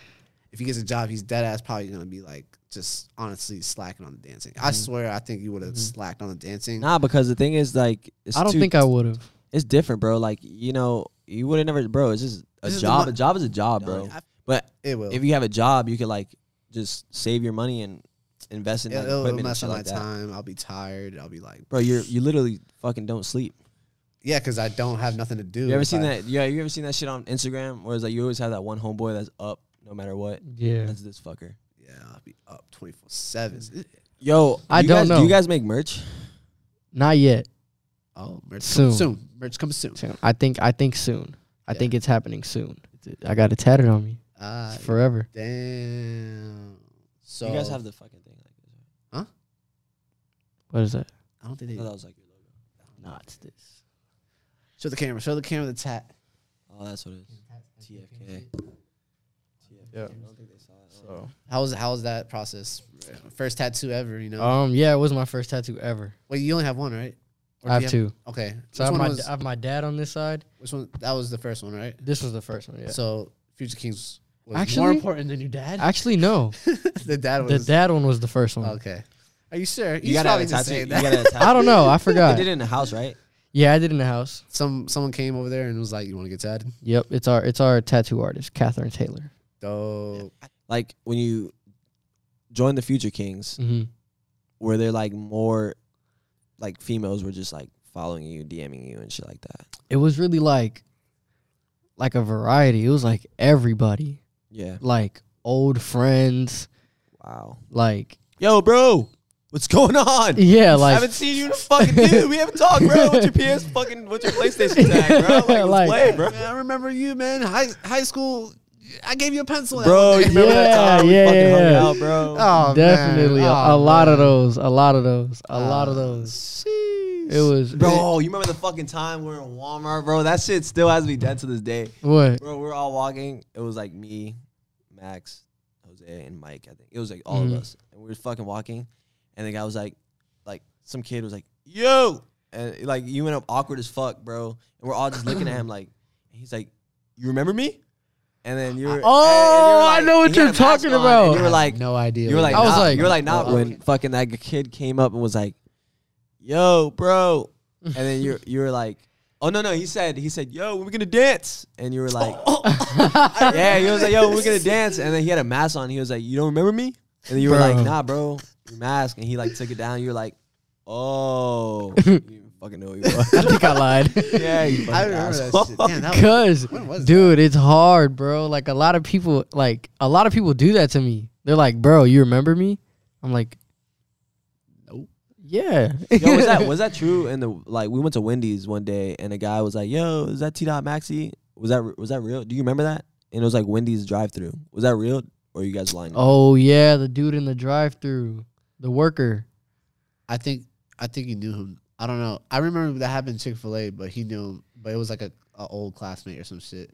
Speaker 1: if he gets a job, he's dead ass probably gonna be like just honestly slacking on the dancing.
Speaker 3: Mm-hmm.
Speaker 1: I swear, I think you would have
Speaker 3: Mhm.
Speaker 1: slacked on the dancing.
Speaker 4: nah. Because the thing is, like, it's
Speaker 3: I don't
Speaker 4: too-
Speaker 3: think I would have.
Speaker 4: it's different, bro. Like, you know, you would have never, bro. It's just a
Speaker 1: This is the
Speaker 4: job.
Speaker 1: mon-
Speaker 4: A job is a job, bro.
Speaker 1: I-
Speaker 4: But
Speaker 1: it will.
Speaker 4: if you have a job, you could like just save your money and invest in
Speaker 1: It-
Speaker 4: like,
Speaker 1: it'll,
Speaker 4: equipment and
Speaker 1: mess
Speaker 4: shit
Speaker 1: up my
Speaker 4: like that.
Speaker 1: time. I'll be tired. I'll be like,
Speaker 4: Bro, you're you literally fucking don't sleep.
Speaker 1: yeah, because I don't have nothing to do.
Speaker 4: You ever
Speaker 1: if
Speaker 4: seen
Speaker 1: I-
Speaker 4: that? Yeah, you ever seen that shit on Instagram? Where it's like you always have that one homeboy that's up no matter what.
Speaker 3: Yeah.
Speaker 4: That's this fucker.
Speaker 1: Yeah, I'll be up twenty four seven.
Speaker 4: Yo,
Speaker 3: I
Speaker 4: you
Speaker 3: don't
Speaker 4: guys,
Speaker 3: know.
Speaker 4: Do you guys make merch?
Speaker 3: Not yet.
Speaker 1: Oh, merch
Speaker 3: Soon.
Speaker 1: Comes soon. Merch comes soon.
Speaker 3: Soon. I think I think soon. I
Speaker 1: Yeah.
Speaker 3: think it's happening soon. I got it tatted on me
Speaker 1: Ah,
Speaker 3: forever.
Speaker 1: damn. So
Speaker 4: you guys have the fucking thing like this. right?
Speaker 3: What is that?
Speaker 1: I don't think
Speaker 4: I thought
Speaker 1: they.
Speaker 4: that was like your logo.
Speaker 3: Nah, it's this.
Speaker 1: Show the camera. Show the camera the tat.
Speaker 4: Oh, that's what it is. TFK. I
Speaker 3: Yeah.
Speaker 4: don't think they saw it.
Speaker 3: So.
Speaker 1: How was how was that process? First tattoo ever, you know.
Speaker 3: Um. Yeah, it was my first tattoo ever.
Speaker 1: Wait, you only have one, right? Or
Speaker 3: I
Speaker 1: do
Speaker 3: have
Speaker 1: you
Speaker 3: two.
Speaker 1: Okay.
Speaker 3: So I
Speaker 1: which
Speaker 3: have,
Speaker 1: one
Speaker 3: my, uh,
Speaker 1: was,
Speaker 3: I have my dad on this side.
Speaker 1: which one? That was the first one, right?
Speaker 3: This was the first one. Yeah.
Speaker 1: So Future Kings was more
Speaker 3: Actually-
Speaker 1: important than your dad.
Speaker 3: Actually, no.
Speaker 1: the dad
Speaker 3: The
Speaker 1: was
Speaker 3: dad one was the first one.
Speaker 1: okay. Are you sure?
Speaker 4: You gotta have a tattoo. You gotta have a tattoo.
Speaker 3: I don't know. I
Speaker 4: They
Speaker 3: forgot.
Speaker 4: did it in the house, right?
Speaker 3: Yeah, I did in the house.
Speaker 1: Some someone came over there and was like, "You want to get tatted?"
Speaker 3: Yep. It's our it's our tattoo artist, Catherine Taylor.
Speaker 1: Dope.
Speaker 4: Like when you joined the Future Kings,
Speaker 3: Mm-hmm.
Speaker 4: were there like more like females were just like following you, DMing you and shit like that?
Speaker 3: It was really like like a variety. It was like everybody,
Speaker 4: Yeah.
Speaker 3: like old friends,
Speaker 4: Wow.
Speaker 3: like
Speaker 4: Yo, bro, what's going on?
Speaker 3: yeah,
Speaker 4: I
Speaker 3: like
Speaker 4: haven't seen you in a fucking dude. We haven't talked, bro. What's your PS fucking? What's your PlayStation tag, bro? Like, let's
Speaker 3: Like-
Speaker 4: play, bro.
Speaker 1: Man, I remember you, man. High high school. I gave you a pencil, that
Speaker 4: Bro,
Speaker 1: one
Speaker 4: you
Speaker 1: day.
Speaker 4: remember that
Speaker 3: Yeah,
Speaker 4: time we
Speaker 3: yeah,
Speaker 4: fucking hung
Speaker 3: yeah.
Speaker 4: out, bro?
Speaker 1: Oh, man.
Speaker 3: definitely a,
Speaker 1: Oh,
Speaker 3: a lot of
Speaker 1: man.
Speaker 3: those, a lot of those, a lot of
Speaker 1: Ah,
Speaker 3: those.
Speaker 1: sheesh.
Speaker 3: It was
Speaker 4: Bro, you remember the fucking time we were in Walmart, bro? That shit still has me dead to this day.
Speaker 3: What?
Speaker 4: Bro, we are all walking. It was like me, Max, Jose, and Mike, I think. It was like all
Speaker 3: Mhm.
Speaker 4: of us. And we were fucking walking. And the guy was like, like, some kid was like, yo. And like, you went up awkward as fuck, bro. And we're all just looking at him like, and he's like, you remember me? And then you're.
Speaker 3: Oh, I know what
Speaker 4: and he had
Speaker 3: you're
Speaker 4: a mask
Speaker 3: talking
Speaker 4: on,
Speaker 3: about.
Speaker 4: and You were like,
Speaker 1: no idea.
Speaker 4: you were like,
Speaker 3: I was
Speaker 4: nah,
Speaker 3: like-
Speaker 4: you were like, not
Speaker 1: Oh,
Speaker 4: when fucking that kid came up and was like, "Yo, bro," and then you you were like, "Oh no, no," he said, he said, "Yo, when we gonna dance?" And you were like, "Yeah," he was like, "Yo, when we gonna dance?" And then he had a mask on. He was like, "You don't remember me?" And then you were
Speaker 3: Bro.
Speaker 4: like, "Nah, bro, your mask." And he like took it down. You were like, "Oh, you didn't fucking know who you
Speaker 3: I
Speaker 4: was."
Speaker 3: think I lied.
Speaker 4: yeah, you fucking
Speaker 1: I remember
Speaker 4: asshole.
Speaker 1: that shit. Damn, that was,
Speaker 3: Cause,
Speaker 1: When was
Speaker 3: dude, it's hard, bro. Like a lot of people, like a lot of people do that to me. They're like, "Bro, you remember me?" I'm like,
Speaker 1: Nope.
Speaker 3: Yeah.
Speaker 4: Yo, was that was that true? And the like, we went to Wendy's one day, and a guy was like, "Yo, is that T Dot Maxi? Was that was that real? Do you remember that?" And it was like Wendy's drive through. Was that real, or you guys lying?
Speaker 3: oh yeah, the dude in the drive-through, the worker.
Speaker 1: I think I think he knew him. I don't know. I remember that happened Chick Fil A, but he knew him. But it was like a, a old classmate or some shit.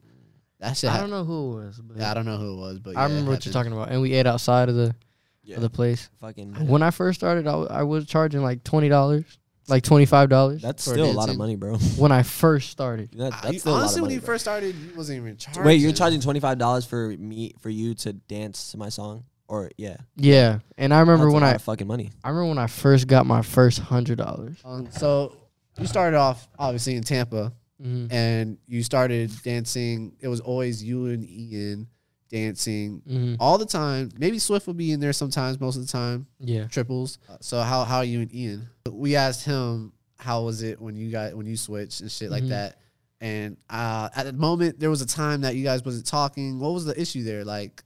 Speaker 1: That shit.
Speaker 3: I
Speaker 1: hap-
Speaker 3: don't know who it was, but
Speaker 1: yeah, I don't know who it was, but
Speaker 3: I remember what you're talking about. And we ate outside of the
Speaker 4: yeah,
Speaker 3: of the place.
Speaker 4: fucking.
Speaker 3: When I first started, I, w- I was charging like twenty dollars, like twenty five dollars.
Speaker 4: That's
Speaker 1: for
Speaker 4: still a lot
Speaker 1: dancing.
Speaker 4: of money, bro.
Speaker 3: When I first started,
Speaker 4: That, that's
Speaker 1: you, honestly,
Speaker 4: still a lot of
Speaker 1: when
Speaker 4: money,
Speaker 1: you
Speaker 4: bro.
Speaker 1: first started, you wasn't even charging.
Speaker 4: Wait, you're charging twenty five dollars for me for you to dance to my song, or yeah?
Speaker 3: yeah. And I remember
Speaker 4: That's a
Speaker 3: when
Speaker 4: lot
Speaker 3: I
Speaker 4: of fucking money.
Speaker 3: I remember when I first got my first hundred dollars.
Speaker 1: Um, so you started off obviously in Tampa, and you started dancing. It was always you and Ian dancing
Speaker 3: Mm-hmm.
Speaker 1: all the time. Maybe Swift would be in there sometimes, most of the time.
Speaker 3: Yeah.
Speaker 1: triples. Uh, So how how are you and Ian? We asked him how was it when you got when you switched and shit like
Speaker 3: Mhm.
Speaker 1: that. And uh, at the moment, there was a time that you guys wasn't talking. What was the issue there? Like,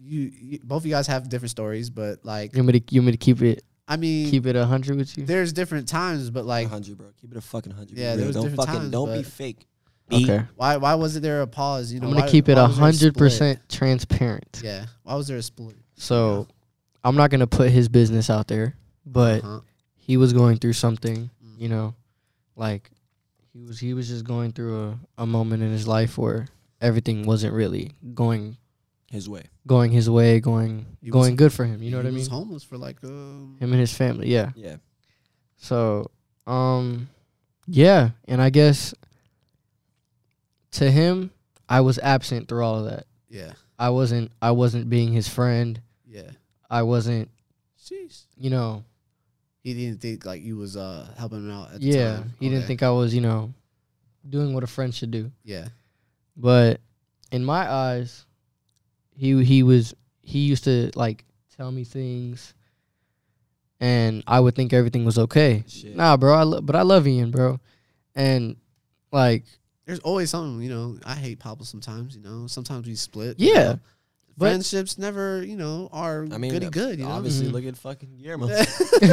Speaker 1: you, you both of you guys have different stories, but like,
Speaker 3: You want me to you want me to keep it
Speaker 1: I mean,
Speaker 3: keep it a hundred with you?
Speaker 1: there's different times, but like,
Speaker 4: hundred, bro. Keep it a fucking hundred.
Speaker 1: Yeah,
Speaker 4: Yeah,
Speaker 1: there was
Speaker 4: don't
Speaker 1: different
Speaker 4: fucking
Speaker 1: times,
Speaker 4: don't be
Speaker 1: but-
Speaker 4: fake.
Speaker 3: Okay.
Speaker 1: why why wasn't there a pause? You know,
Speaker 3: I'm gonna
Speaker 1: why-
Speaker 3: keep it
Speaker 1: why
Speaker 3: a
Speaker 1: was there split?
Speaker 3: hundred percent transparent.
Speaker 1: Yeah, why was there a split?
Speaker 3: So I'm not gonna put his business out there, but
Speaker 1: Uh-huh. Mm.
Speaker 3: he was going through something, you know, like he was he was just going through a, a moment in his life where everything wasn't really going
Speaker 4: his way.
Speaker 3: going his way, going
Speaker 1: He was-
Speaker 3: going good for him. You know what I
Speaker 1: He was
Speaker 3: mean?
Speaker 1: homeless for like um,
Speaker 3: Him and his family. Yeah.
Speaker 4: Yeah.
Speaker 3: So, um, yeah, and I guess to him, I was absent through all of that.
Speaker 1: yeah,
Speaker 3: I wasn't. I wasn't being his friend.
Speaker 1: yeah.
Speaker 3: I wasn't.
Speaker 1: Jeez.
Speaker 3: You know.
Speaker 1: He didn't think like you was uh helping him out. At the
Speaker 3: yeah,
Speaker 1: time.
Speaker 3: he didn't
Speaker 1: Okay.
Speaker 3: think I was. You know, doing what a friend should do.
Speaker 1: Yeah,
Speaker 3: But in my eyes, he he was he used to like tell me things, and I would think everything was okay.
Speaker 4: Shit.
Speaker 3: Nah, bro. I lo- but I love Ian, bro, and like
Speaker 1: there's always something. You know, I hate Pablo sometimes. You know, sometimes we split. you
Speaker 3: yeah.
Speaker 1: know.
Speaker 3: but-
Speaker 1: friendships never. You know, are
Speaker 4: I mean,
Speaker 1: goody
Speaker 4: uh,
Speaker 1: good. You know,
Speaker 4: obviously,
Speaker 3: Mhm.
Speaker 4: look at fucking Guillermo.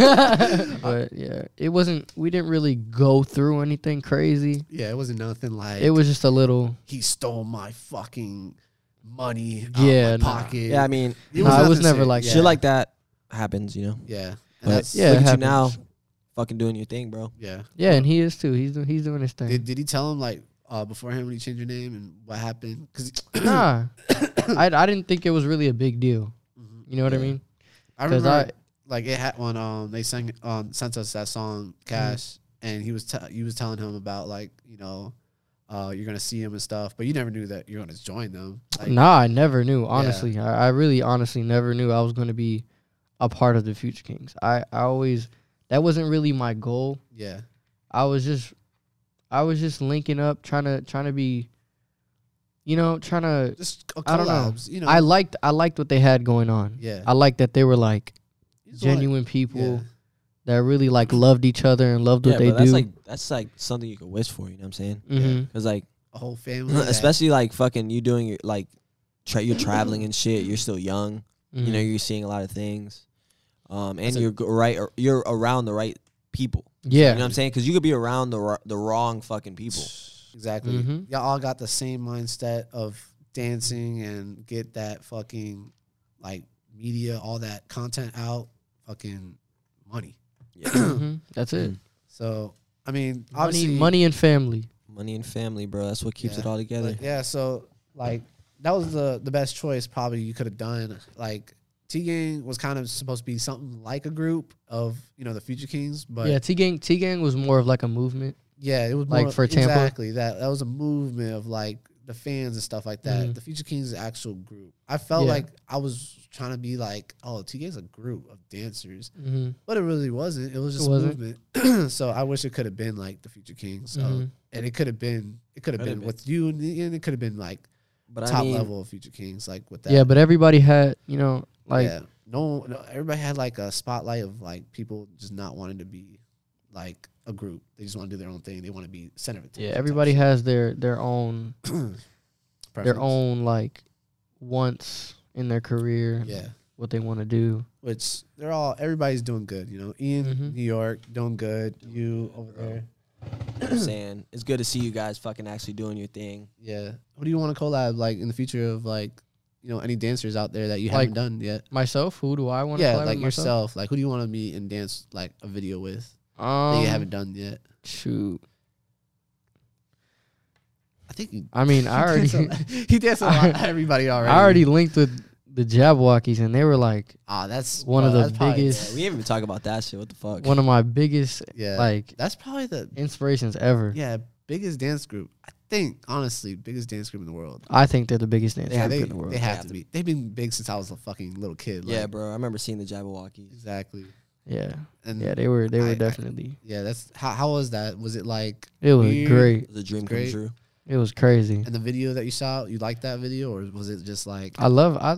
Speaker 3: but yeah, it wasn't. We didn't really go through anything crazy.
Speaker 1: yeah, it wasn't nothing like
Speaker 3: It was just a little.
Speaker 1: he stole my fucking money
Speaker 3: Yeah,
Speaker 1: out of my
Speaker 3: nah.
Speaker 1: pocket.
Speaker 4: yeah, I mean,
Speaker 1: It
Speaker 3: Nah, it was
Speaker 1: nothing
Speaker 3: never
Speaker 1: serious.
Speaker 3: like
Speaker 1: yeah.
Speaker 3: that.
Speaker 4: shit like that happens, you know.
Speaker 1: Yeah, and
Speaker 4: But
Speaker 1: that's
Speaker 3: Yeah,
Speaker 4: look
Speaker 3: it
Speaker 4: at you now,
Speaker 3: happens.
Speaker 4: fucking doing your thing, bro.
Speaker 1: yeah.
Speaker 3: Yeah, and he is too. He's do- he's doing his thing.
Speaker 1: Did, did he tell him like uh, beforehand when he changed your name and what happened? Because
Speaker 3: nah, I I didn't think it was really a big deal.
Speaker 1: Mm-hmm.
Speaker 3: You know what I mean?
Speaker 1: I
Speaker 3: 'Cause
Speaker 1: remember
Speaker 3: I-
Speaker 1: like it had when um they sang um sent us that song
Speaker 3: Mm-hmm.
Speaker 1: Cash and he was te- you was telling him about like you know uh you're gonna see him and stuff, but you never knew that you're gonna join them. Like,
Speaker 3: nah, I never knew. Honestly, I, I really honestly never knew I was going to be a part of the Future Kings. I I always that wasn't really my goal.
Speaker 1: Yeah,
Speaker 3: I was just I was just linking up, trying to trying to be, you know, trying to.
Speaker 1: just a
Speaker 3: I don't know.
Speaker 1: collabs. You know,
Speaker 3: I liked I liked what they had going on.
Speaker 1: yeah
Speaker 3: I liked that they were like
Speaker 1: You just wanna-
Speaker 3: genuine people
Speaker 1: yeah.
Speaker 3: that really like loved each other and loved
Speaker 4: Yeah,
Speaker 3: what they
Speaker 4: bro, that's
Speaker 3: do.
Speaker 4: like that's like something you could wish for. You know what I'm saying?
Speaker 3: Mhm.
Speaker 4: Because like,
Speaker 1: a whole family, that-
Speaker 4: especially like fucking you doing your like, tra- you're traveling and shit. You're still young.
Speaker 3: Mhm.
Speaker 4: You know, you're seeing a lot of things, um, and
Speaker 1: Mm. That's a-
Speaker 4: you're go- right. or You're around the right people.
Speaker 3: yeah,
Speaker 4: You know what I'm saying? Because you could be around the ro- the wrong fucking people.
Speaker 1: Exactly.
Speaker 3: Mhm.
Speaker 1: Y'all all got the same mindset of dancing and get that fucking like media, all that content out, fucking money.
Speaker 4: Yeah.
Speaker 3: Mhm. that's it.
Speaker 4: Mm-hmm.
Speaker 1: So I mean,
Speaker 3: Money,
Speaker 1: obviously,
Speaker 3: money and family.
Speaker 4: Money and family, bro. That's what keeps
Speaker 1: Yeah.
Speaker 4: it all together.
Speaker 1: Like, yeah. So like that was the the best choice probably you could have done. Like T Gang was kind of supposed to be something like a group of you know the Future Kings, but
Speaker 3: yeah,
Speaker 1: yeah,
Speaker 3: T Gang. T Gang was more of like a movement.
Speaker 1: it was
Speaker 3: Like
Speaker 1: more-
Speaker 3: for Tampa?
Speaker 1: exactly that that was a movement of like the fans and stuff like that.
Speaker 3: Mhm.
Speaker 1: The Future Kings is an actual group. I felt
Speaker 3: Yeah.
Speaker 1: like I was trying to be like, oh, T Gang's a group of dancers,
Speaker 3: Mm-hmm.
Speaker 1: but it really wasn't. It was just a
Speaker 3: wasn't.
Speaker 1: movement. so I wish it could have been like the Future Kings. So.
Speaker 3: mm-hmm.
Speaker 1: And it could have been, it could have
Speaker 4: Could've
Speaker 1: been
Speaker 4: been.
Speaker 1: with you, and and it could have been like
Speaker 4: But
Speaker 1: top
Speaker 4: I mean,
Speaker 1: level of Future Kings, like with that.
Speaker 3: Yeah, but everybody had you know like
Speaker 1: yeah. no, no, everybody had like a spotlight of like people just not wanting to be like a group. They just want to do their own thing. They want to be center of attention.
Speaker 3: yeah
Speaker 1: type
Speaker 3: everybody
Speaker 1: shit.
Speaker 3: has their their own their
Speaker 1: Preference.
Speaker 3: own like wants in their career.
Speaker 1: Yeah,
Speaker 3: what they want to do.
Speaker 1: which they're all everybody's doing good. You know, Ian,
Speaker 3: Mhm.
Speaker 1: New York, doing good. you over there.
Speaker 4: I'm saying it's good to see you guys fucking actually doing your thing.
Speaker 1: Yeah. Who do you want to collab like in the future of like you know any dancers out there that you
Speaker 3: Like-
Speaker 1: haven't done yet?
Speaker 3: Myself, who do I want to
Speaker 1: Yeah,
Speaker 3: collab
Speaker 1: like
Speaker 3: with myself?
Speaker 1: yourself. Like who do you want to meet and dance like a video with
Speaker 3: Um,
Speaker 1: that you haven't done yet?
Speaker 3: shoot.
Speaker 1: I think you
Speaker 3: I mean, I
Speaker 1: He
Speaker 3: already
Speaker 1: danced a lot- he danced a lot. Everybody already.
Speaker 3: I already linked with the Jabwalkies, and they were like
Speaker 1: Ah, that's
Speaker 3: One of
Speaker 1: bro,
Speaker 3: the
Speaker 1: that's probably-
Speaker 3: biggest-
Speaker 4: Yeah, we haven't even talked about that shit. What the fuck?
Speaker 3: one of my biggest
Speaker 1: Yeah,
Speaker 3: like
Speaker 1: that's probably the
Speaker 3: inspirations ever.
Speaker 1: yeah biggest dance group. I think honestly, biggest dance group in the world.
Speaker 3: I think they're the biggest dance
Speaker 1: Yeah,
Speaker 3: group
Speaker 1: they,
Speaker 3: in the world.
Speaker 1: they
Speaker 4: Yeah.
Speaker 1: have to be. They've been big since I was a fucking little kid. Like,
Speaker 4: yeah, bro. I remember seeing the Jabberwockies.
Speaker 1: exactly.
Speaker 3: yeah,
Speaker 1: And
Speaker 3: yeah, they were they were
Speaker 1: I- I-
Speaker 3: definitely.
Speaker 1: yeah, that's how. How was that? Was it like?
Speaker 3: It was
Speaker 1: weird?
Speaker 4: It
Speaker 3: great.
Speaker 4: was a dream come
Speaker 1: Great.
Speaker 4: true.
Speaker 3: It was crazy.
Speaker 1: And the video that you shot, you liked that video, or was it just like?
Speaker 3: I love I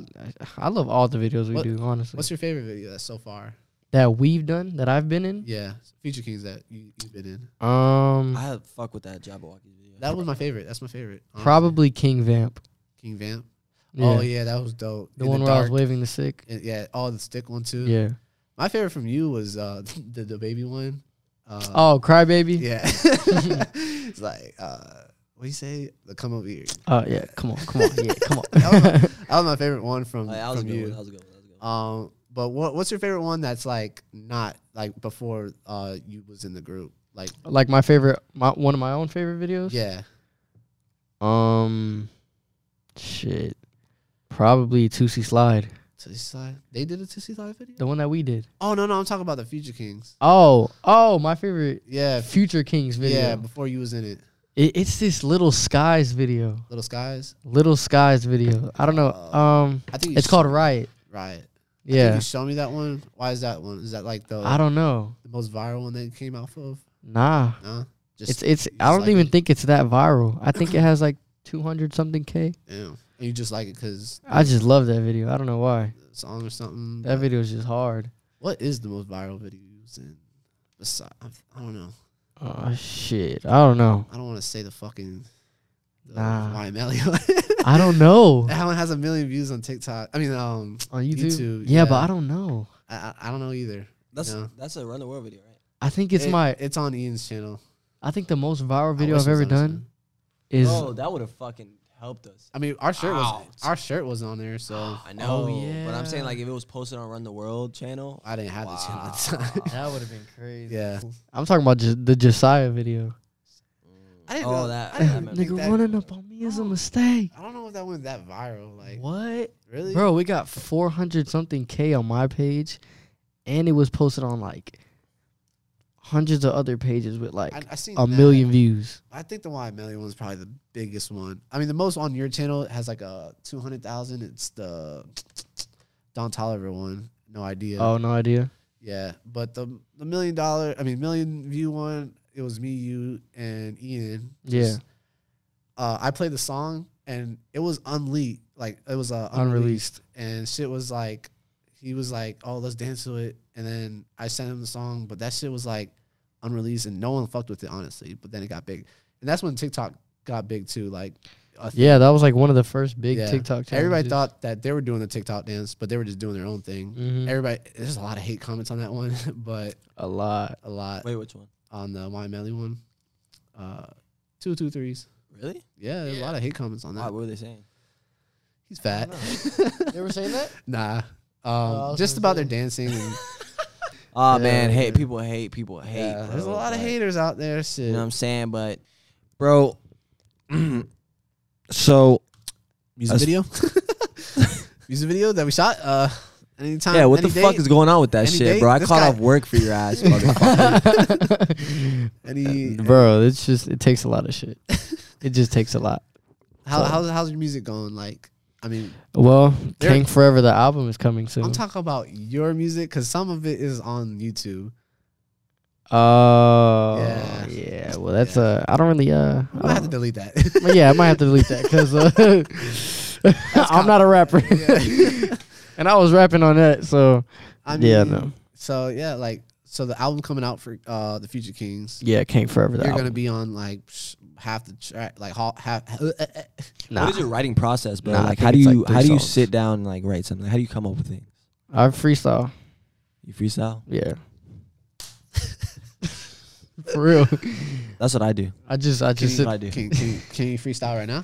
Speaker 3: I love all the videos we
Speaker 1: What-
Speaker 3: do. Honestly,
Speaker 1: What's your favorite video that's so far?
Speaker 3: that we've done that I've been in.
Speaker 1: Yeah, Future Kings that you, you've been in.
Speaker 3: Um,
Speaker 4: I fuck with that Jabberwockies video.
Speaker 1: Mm. That was my favorite. That's my favorite. honestly.
Speaker 3: probably King Vamp.
Speaker 1: King Vamp.
Speaker 3: Yeah.
Speaker 1: Oh yeah, that was dope.
Speaker 3: the
Speaker 1: In
Speaker 3: one where I was
Speaker 1: dark.
Speaker 3: waving the sick.
Speaker 1: And, yeah, all the stick one too.
Speaker 3: Yeah.
Speaker 1: My favorite from you was uh the, the baby one. Uh,
Speaker 3: Oh, Crybaby.
Speaker 1: yeah. it's like uh what do you say? The come over here.
Speaker 3: Oh yeah. Come on, come on, yeah, come
Speaker 1: That was, my,
Speaker 3: on.
Speaker 1: that was my favorite one from,
Speaker 4: Oh, yeah, that was a
Speaker 1: from
Speaker 4: good. One. That
Speaker 1: you.
Speaker 4: was a good. One. That was a good. One.
Speaker 1: Um but what what's your favorite one that's like not like before uh you was in the group? Like
Speaker 3: like my favorite, my one of my own favorite videos.
Speaker 1: yeah.
Speaker 3: Um, Shit. Probably Tootsie Slide.
Speaker 1: Tootsie Slide. They did a Tootsie Slide video.
Speaker 3: The one that we did.
Speaker 1: Oh no, no, I'm talking about the Future Kings.
Speaker 3: Oh, oh, my favorite
Speaker 1: Yeah, f-
Speaker 3: Future Kings video.
Speaker 1: yeah. Before you was in it,
Speaker 3: It, it's this Little Skies video.
Speaker 1: Little Skies.
Speaker 3: Little Skies video. I don't know. Um,
Speaker 1: I think you
Speaker 3: it's
Speaker 1: sh-
Speaker 3: called Riot.
Speaker 1: Riot. I think
Speaker 3: Yeah.
Speaker 1: you show me that one. Why is that one? Is that like the,
Speaker 3: I don't know.
Speaker 1: the most viral one that came out of?
Speaker 3: Nah.
Speaker 1: Nah, just
Speaker 3: It's it's. I
Speaker 1: just
Speaker 3: don't
Speaker 1: like
Speaker 3: even
Speaker 1: it.
Speaker 3: think it's that viral. I think it has like two hundred something k.
Speaker 1: damn. And you just like it because
Speaker 3: I just love that video. I don't know why.
Speaker 1: song or something.
Speaker 3: That video is just hard.
Speaker 1: What is the most viral video you've seen? Besides, I don't know.
Speaker 3: Oh shit! I don't know.
Speaker 1: I don't want to say the fucking the
Speaker 3: Nah.
Speaker 1: YMLA one.
Speaker 3: I don't know
Speaker 1: that one has a million views on TikTok. I mean, um,
Speaker 3: on YouTube.
Speaker 1: YouTube,
Speaker 3: yeah, but
Speaker 1: yeah.
Speaker 3: I don't know.
Speaker 1: I I, I don't know either.
Speaker 4: That's
Speaker 1: Yeah.
Speaker 4: that's a run the world video, right?
Speaker 3: I think it's
Speaker 1: It-
Speaker 3: my.
Speaker 1: It's on Ian's channel.
Speaker 3: I think the most viral
Speaker 1: I
Speaker 3: video
Speaker 1: wish
Speaker 3: I've
Speaker 1: it was
Speaker 3: ever
Speaker 1: on his
Speaker 3: done
Speaker 1: channel.
Speaker 3: is.
Speaker 4: oh, that would have fucking helped us.
Speaker 1: I mean, our shirt
Speaker 4: Ouch. Ah,
Speaker 1: was our shirt was on there, so
Speaker 4: I know, but I'm saying
Speaker 3: yeah.
Speaker 4: like if it was posted on Run the World channel,
Speaker 1: I didn't have the channel
Speaker 4: Wow.
Speaker 1: at the time.
Speaker 3: That would have been crazy.
Speaker 1: yeah,
Speaker 3: I'm talking about just the Josiah video.
Speaker 1: I didn't
Speaker 4: oh
Speaker 1: know-
Speaker 4: that.
Speaker 1: I didn't
Speaker 4: I remember.
Speaker 1: think
Speaker 3: Nigga
Speaker 1: that-
Speaker 3: running up on me is a mistake.
Speaker 1: I don't know if that went that viral. Like
Speaker 3: What?
Speaker 1: really,
Speaker 3: Bro, we got 400 something K on my page, and it was posted on like hundreds of other pages with like
Speaker 1: I, I seen
Speaker 3: a
Speaker 1: that.
Speaker 3: million views.
Speaker 1: I think the Y Million one's probably the biggest one. I mean, the most on your channel has like a two hundred thousand. It's the Don Tolliver one. No idea.
Speaker 3: Oh, no idea.
Speaker 1: Yeah, but the the million dollar, I mean million view one, it was me, you, and Ian.
Speaker 3: Yeah.
Speaker 1: Uh, I played the song and it was unleaked, like it was uh,
Speaker 3: Unreleased.
Speaker 1: unreleased, and shit was like, he was like, "Oh, let's dance to it," and then I sent him the song, but that shit was like unreleased and no one fucked with it honestly. But then it got big, and that's when TikTok got big too. Like, a th-
Speaker 3: Yeah, that was like one of the first big
Speaker 1: yeah.
Speaker 3: TikTok challenges.
Speaker 1: Everybody thought that they were doing the TikTok dance, but they were just doing their own thing.
Speaker 4: Mm-hmm.
Speaker 3: Mhm.
Speaker 1: Everybody, there's a lot of hate comments on that one, but
Speaker 3: a lot.
Speaker 1: a lot
Speaker 4: Wait, which one?
Speaker 1: on the Wine Melly one. Uh, two two threes.
Speaker 4: Really?
Speaker 1: Yeah, there's a lot of hate comments on
Speaker 4: Why,
Speaker 1: that.
Speaker 4: what were they saying?
Speaker 1: He's fat.
Speaker 3: They were saying that?
Speaker 1: nah.
Speaker 3: I
Speaker 1: Um,
Speaker 3: was
Speaker 1: just
Speaker 3: gonna
Speaker 1: about
Speaker 3: say.
Speaker 1: their dancing. And, Yeah,
Speaker 4: Oh man, hate
Speaker 1: yeah.
Speaker 4: people hate people hate.
Speaker 1: yeah, there's a
Speaker 4: bro,
Speaker 1: lot of
Speaker 4: like,
Speaker 1: haters out there. Shit.
Speaker 4: You know what I'm saying? But bro, so
Speaker 1: Music
Speaker 4: As-
Speaker 1: video. Music video that we shot. Uh, anytime.
Speaker 4: yeah, what the
Speaker 1: any day,
Speaker 4: fuck is going on with that
Speaker 1: any
Speaker 4: shit,
Speaker 1: day,
Speaker 4: bro? I
Speaker 1: this
Speaker 4: called
Speaker 1: guy-
Speaker 4: off work for your ass, motherfucker. Uh,
Speaker 1: any?
Speaker 3: Bro, it's just, it takes a lot of shit. it just takes a lot.
Speaker 1: How, how's how's your music going? Like, I mean,
Speaker 3: Well,
Speaker 1: There-
Speaker 3: King Forever, the album is coming soon.
Speaker 1: I'm talking about your music because some of it is on YouTube.
Speaker 3: Oh,
Speaker 1: Yeah.
Speaker 3: yeah. Well, that's
Speaker 1: Yeah.
Speaker 3: uh, I don't really uh.
Speaker 1: I
Speaker 3: I
Speaker 1: might have to
Speaker 3: don't-
Speaker 1: delete that.
Speaker 3: Well, yeah, I might have to delete that because uh, I'm not a rapper,
Speaker 1: Yeah.
Speaker 3: and I was rapping on that. So
Speaker 1: I
Speaker 3: yeah,
Speaker 1: mean,
Speaker 3: no,
Speaker 1: So yeah, like, so the album coming out for uh the Future Kings.
Speaker 3: yeah, King Forever. The
Speaker 1: you're
Speaker 3: album.
Speaker 1: gonna be on like psh, half the track, like ha- half. uh,
Speaker 3: nah.
Speaker 4: What is your writing process, bro?
Speaker 3: Nah, I
Speaker 4: like,
Speaker 3: think
Speaker 4: how do
Speaker 3: it's
Speaker 4: you
Speaker 3: like three
Speaker 4: how do you
Speaker 3: songs.
Speaker 4: sit down and like write something? How do you come up with things?
Speaker 3: I freestyle.
Speaker 4: You freestyle?
Speaker 3: Yeah. For real,
Speaker 4: That's what I do.
Speaker 3: I just I
Speaker 4: That's
Speaker 3: just
Speaker 4: what
Speaker 3: sit,
Speaker 4: I do.
Speaker 1: can, can, can you freestyle right now?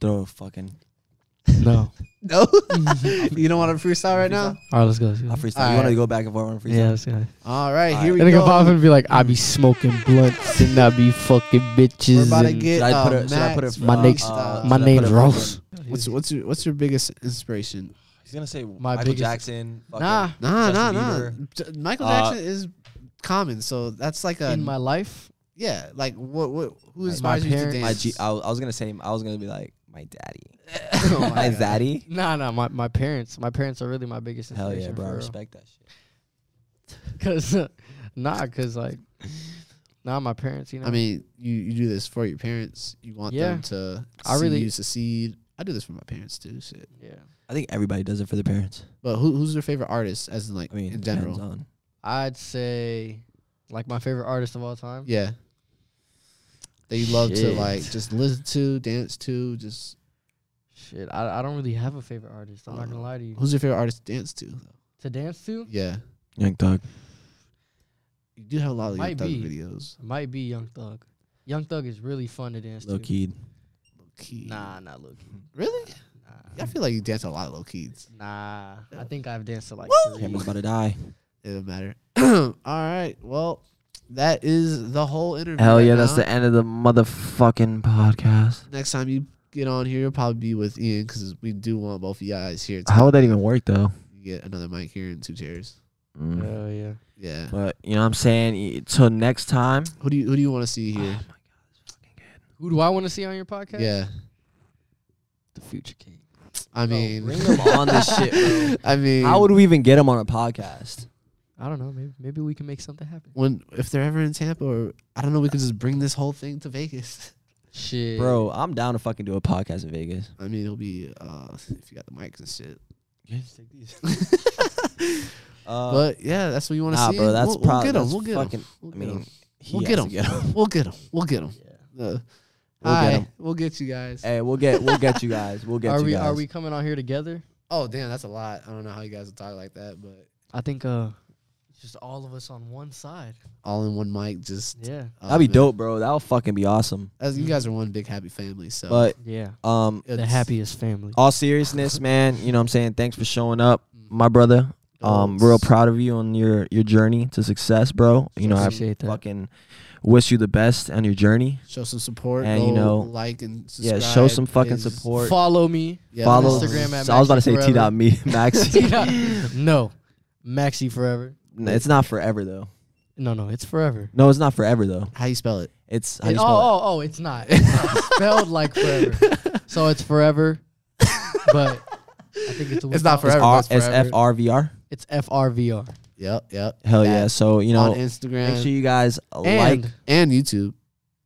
Speaker 4: Throw a fucking.
Speaker 3: no.
Speaker 1: No, you don't want to freestyle right now.
Speaker 3: All right, let's go. Let's go.
Speaker 4: I freestyle.
Speaker 1: Alright.
Speaker 4: You want to go back and forth on freestyle?
Speaker 3: Yeah, let's go.
Speaker 1: All right,
Speaker 4: All
Speaker 1: here
Speaker 3: I
Speaker 1: we
Speaker 3: think if
Speaker 1: go.
Speaker 3: I would be like, I be smoking blunts and I be fucking bitches.
Speaker 1: We're about to
Speaker 3: and-
Speaker 1: get
Speaker 4: Should I put
Speaker 1: uh,
Speaker 4: it? Should I put it?
Speaker 3: My
Speaker 4: uh,
Speaker 3: name's-
Speaker 4: uh, should I
Speaker 3: my
Speaker 4: put
Speaker 3: name's
Speaker 4: it-
Speaker 3: Rose.
Speaker 1: What's what's your what's your biggest inspiration?
Speaker 4: He's gonna say
Speaker 3: My
Speaker 4: Michael
Speaker 3: biggest-
Speaker 4: Jackson. fucking
Speaker 3: Nah.
Speaker 1: Nah,
Speaker 4: Justin
Speaker 1: nah, nah.
Speaker 4: Bieber.
Speaker 1: J- Michael
Speaker 4: Uh,
Speaker 1: Jackson is common, so that's like a
Speaker 3: in my life.
Speaker 1: yeah. Like what what who
Speaker 3: Like
Speaker 1: inspires
Speaker 3: my
Speaker 1: you to
Speaker 3: parents.
Speaker 1: dance?
Speaker 4: My G, I, was- I was gonna say I was gonna be like my daddy.
Speaker 1: Oh my
Speaker 4: my
Speaker 1: God.
Speaker 4: daddy.
Speaker 3: Nah, nah, my, my parents. My parents are really my biggest
Speaker 4: Hell
Speaker 3: inspiration.
Speaker 4: yeah, bro. I
Speaker 3: for real.
Speaker 4: respect that shit.
Speaker 3: Cause nah, cause like nah, my parents. You know,
Speaker 1: I mean, you you do this for your parents. You want them
Speaker 3: Yeah.
Speaker 1: to
Speaker 3: I
Speaker 1: see
Speaker 3: really-
Speaker 1: you succeed. I do this for my parents too. Shit.
Speaker 3: yeah,
Speaker 4: I think everybody does it for their parents.
Speaker 1: But who, who's your favorite artist? As in, like
Speaker 4: I mean,
Speaker 1: in general.
Speaker 4: depends on.
Speaker 3: I'd say like my favorite artist of all time.
Speaker 1: Yeah. That you love to
Speaker 3: Shit.
Speaker 1: like just listen to, dance to. Just
Speaker 3: Shit, I, I don't really have a favorite artist. I'm not
Speaker 1: Uh,
Speaker 3: gonna lie to you.
Speaker 1: who's your favorite artist to dance to?
Speaker 3: To dance to
Speaker 1: Yeah,
Speaker 4: Young Thug.
Speaker 1: you do have a lot of Young
Speaker 3: Might
Speaker 1: Thug
Speaker 3: be.
Speaker 1: videos.
Speaker 3: might be Young Thug. Young Thug is really fun to dance
Speaker 4: Lil
Speaker 3: to.
Speaker 4: Keed.
Speaker 1: Key.
Speaker 3: Nah, not low key.
Speaker 1: really?
Speaker 3: Nah,
Speaker 1: I feel like you dance to a lot of low keys.
Speaker 3: nah. I think I've danced to like three.
Speaker 4: Camera's about to die.
Speaker 1: It doesn't matter. All right. Well, that is the whole interview.
Speaker 2: Hell
Speaker 1: right
Speaker 2: yeah, that's
Speaker 1: now.
Speaker 2: the end of the motherfucking podcast.
Speaker 1: next time you get on here, it'll probably be with Ian because we do want both of you guys here.
Speaker 2: How would that even work though?
Speaker 1: You get another mic here and two chairs.
Speaker 2: Mm.
Speaker 3: Oh yeah.
Speaker 1: Yeah.
Speaker 2: But you know what I'm saying? Till next time.
Speaker 1: Who do you Who do you want to see here?
Speaker 3: Who do I want to see on your podcast?
Speaker 1: Yeah.
Speaker 3: The Future King.
Speaker 1: I mean,
Speaker 4: bring them on this shit, bro.
Speaker 1: I mean,
Speaker 4: How would we even get him on a podcast?
Speaker 3: I don't know. Maybe maybe we can make something happen.
Speaker 1: when if they're ever in Tampa or I don't know, we could just bring this whole thing to Vegas.
Speaker 3: Shit,
Speaker 4: Bro, I'm down to fucking do a podcast in Vegas.
Speaker 1: I mean, it'll be uh if you got the mics and shit.
Speaker 4: Uh,
Speaker 1: But yeah, that's what you want to
Speaker 4: nah,
Speaker 1: see.
Speaker 4: bro, that's
Speaker 1: we'll, we'll
Speaker 4: probably
Speaker 1: get them. We'll get them.
Speaker 4: fucking,
Speaker 1: We'll
Speaker 4: I
Speaker 1: get 'em.
Speaker 4: mean, he
Speaker 1: We'll
Speaker 4: has
Speaker 1: get
Speaker 4: to
Speaker 1: them.
Speaker 4: get 'em.
Speaker 1: We'll get them. We'll get them. Uh,
Speaker 4: We'll get
Speaker 1: hi.
Speaker 4: 'em.
Speaker 1: We'll get you guys.
Speaker 4: Hey, we'll get we'll get you guys. We'll get
Speaker 3: Are
Speaker 4: you
Speaker 3: we
Speaker 4: guys.
Speaker 3: are we coming on here together?
Speaker 1: Oh damn, that's a lot. I don't know how you guys will talk like that, but
Speaker 3: I think uh, just all of us on one side.
Speaker 1: all in one mic, just
Speaker 3: Yeah.
Speaker 1: oh,
Speaker 4: That'd be
Speaker 1: man.
Speaker 4: dope, bro. That'll fucking be awesome.
Speaker 1: As you guys are one big happy family, so
Speaker 4: Mm-hmm. But
Speaker 3: Yeah.
Speaker 4: um,
Speaker 3: The
Speaker 1: it's-
Speaker 3: happiest family.
Speaker 4: all seriousness, man, you know what I'm saying? Thanks for showing up,
Speaker 1: Mm.
Speaker 4: my brother. Um,
Speaker 1: it's-
Speaker 4: real proud of you on your your journey to success, bro. You know, I
Speaker 3: Appreciate that.
Speaker 4: fucking wish you the best on your journey.
Speaker 1: Show some support.
Speaker 4: And, you
Speaker 1: go
Speaker 4: know,
Speaker 1: like and
Speaker 4: yeah,
Speaker 1: subscribe.
Speaker 4: show some fucking
Speaker 1: is-
Speaker 4: support.
Speaker 3: Follow me.
Speaker 1: Yeah,
Speaker 4: Follow.
Speaker 3: Instagram at
Speaker 4: so I was about to
Speaker 3: Maxi
Speaker 4: say
Speaker 3: Forever.
Speaker 4: t dot me Max.
Speaker 3: no, Maxi forever.
Speaker 4: it's not forever though.
Speaker 3: No, no, it's forever.
Speaker 4: No, it's not forever though.
Speaker 1: How you spell it?
Speaker 4: It's how
Speaker 3: It-
Speaker 4: you
Speaker 3: oh,
Speaker 4: spell it?
Speaker 3: oh, oh, it's not. It's not spelled like forever. So it's forever, but I think it's.
Speaker 1: It's not
Speaker 3: without-
Speaker 1: forever.
Speaker 4: R-
Speaker 1: but it's
Speaker 4: it's F
Speaker 1: forever.
Speaker 4: R V R.
Speaker 3: It's F R V R.
Speaker 1: Yep, yep.
Speaker 4: Hell
Speaker 1: At-
Speaker 4: yeah! So you know,
Speaker 1: on Instagram
Speaker 4: make sure you guys like.
Speaker 3: And
Speaker 1: and YouTube,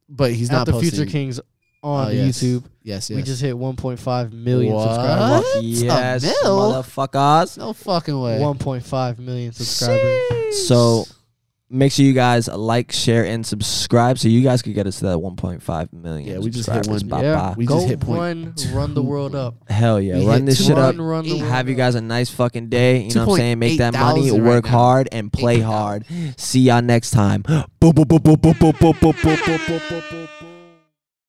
Speaker 1: but he's
Speaker 3: at
Speaker 1: not
Speaker 3: the
Speaker 1: posting.
Speaker 3: Future Kings
Speaker 1: Oh,
Speaker 3: on
Speaker 1: yes.
Speaker 3: YouTube.
Speaker 1: Yes, yes.
Speaker 3: We just hit 1.5 million
Speaker 1: What?
Speaker 3: subscribers.
Speaker 1: What?
Speaker 4: Yes,
Speaker 1: A mill?
Speaker 4: motherfuckers.
Speaker 1: no fucking way.
Speaker 3: 1.5 million subscribers.
Speaker 4: So make sure you guys like, share, and subscribe so you guys could get us to that 1.5 million.
Speaker 1: Yeah, we just hit
Speaker 4: subscribers.
Speaker 1: one.
Speaker 4: Bye
Speaker 3: Yeah,
Speaker 1: We
Speaker 3: go
Speaker 1: just hit point
Speaker 3: run, run the world up.
Speaker 4: bye. Hell yeah!
Speaker 1: We
Speaker 4: Run
Speaker 1: hit
Speaker 4: this shit up.
Speaker 3: Run, run the
Speaker 1: Eight.
Speaker 3: world
Speaker 4: Have you guys a nice fucking day. You know what I'm saying? Make that
Speaker 1: 2.8
Speaker 4: money,
Speaker 1: thousand
Speaker 4: work
Speaker 1: right now.
Speaker 4: hard, and play
Speaker 1: 8,000.
Speaker 4: hard. See y'all next time. Boop, boop, boop, boop, boop, boop, boop, boop, boop, boop, boop, boop, boop.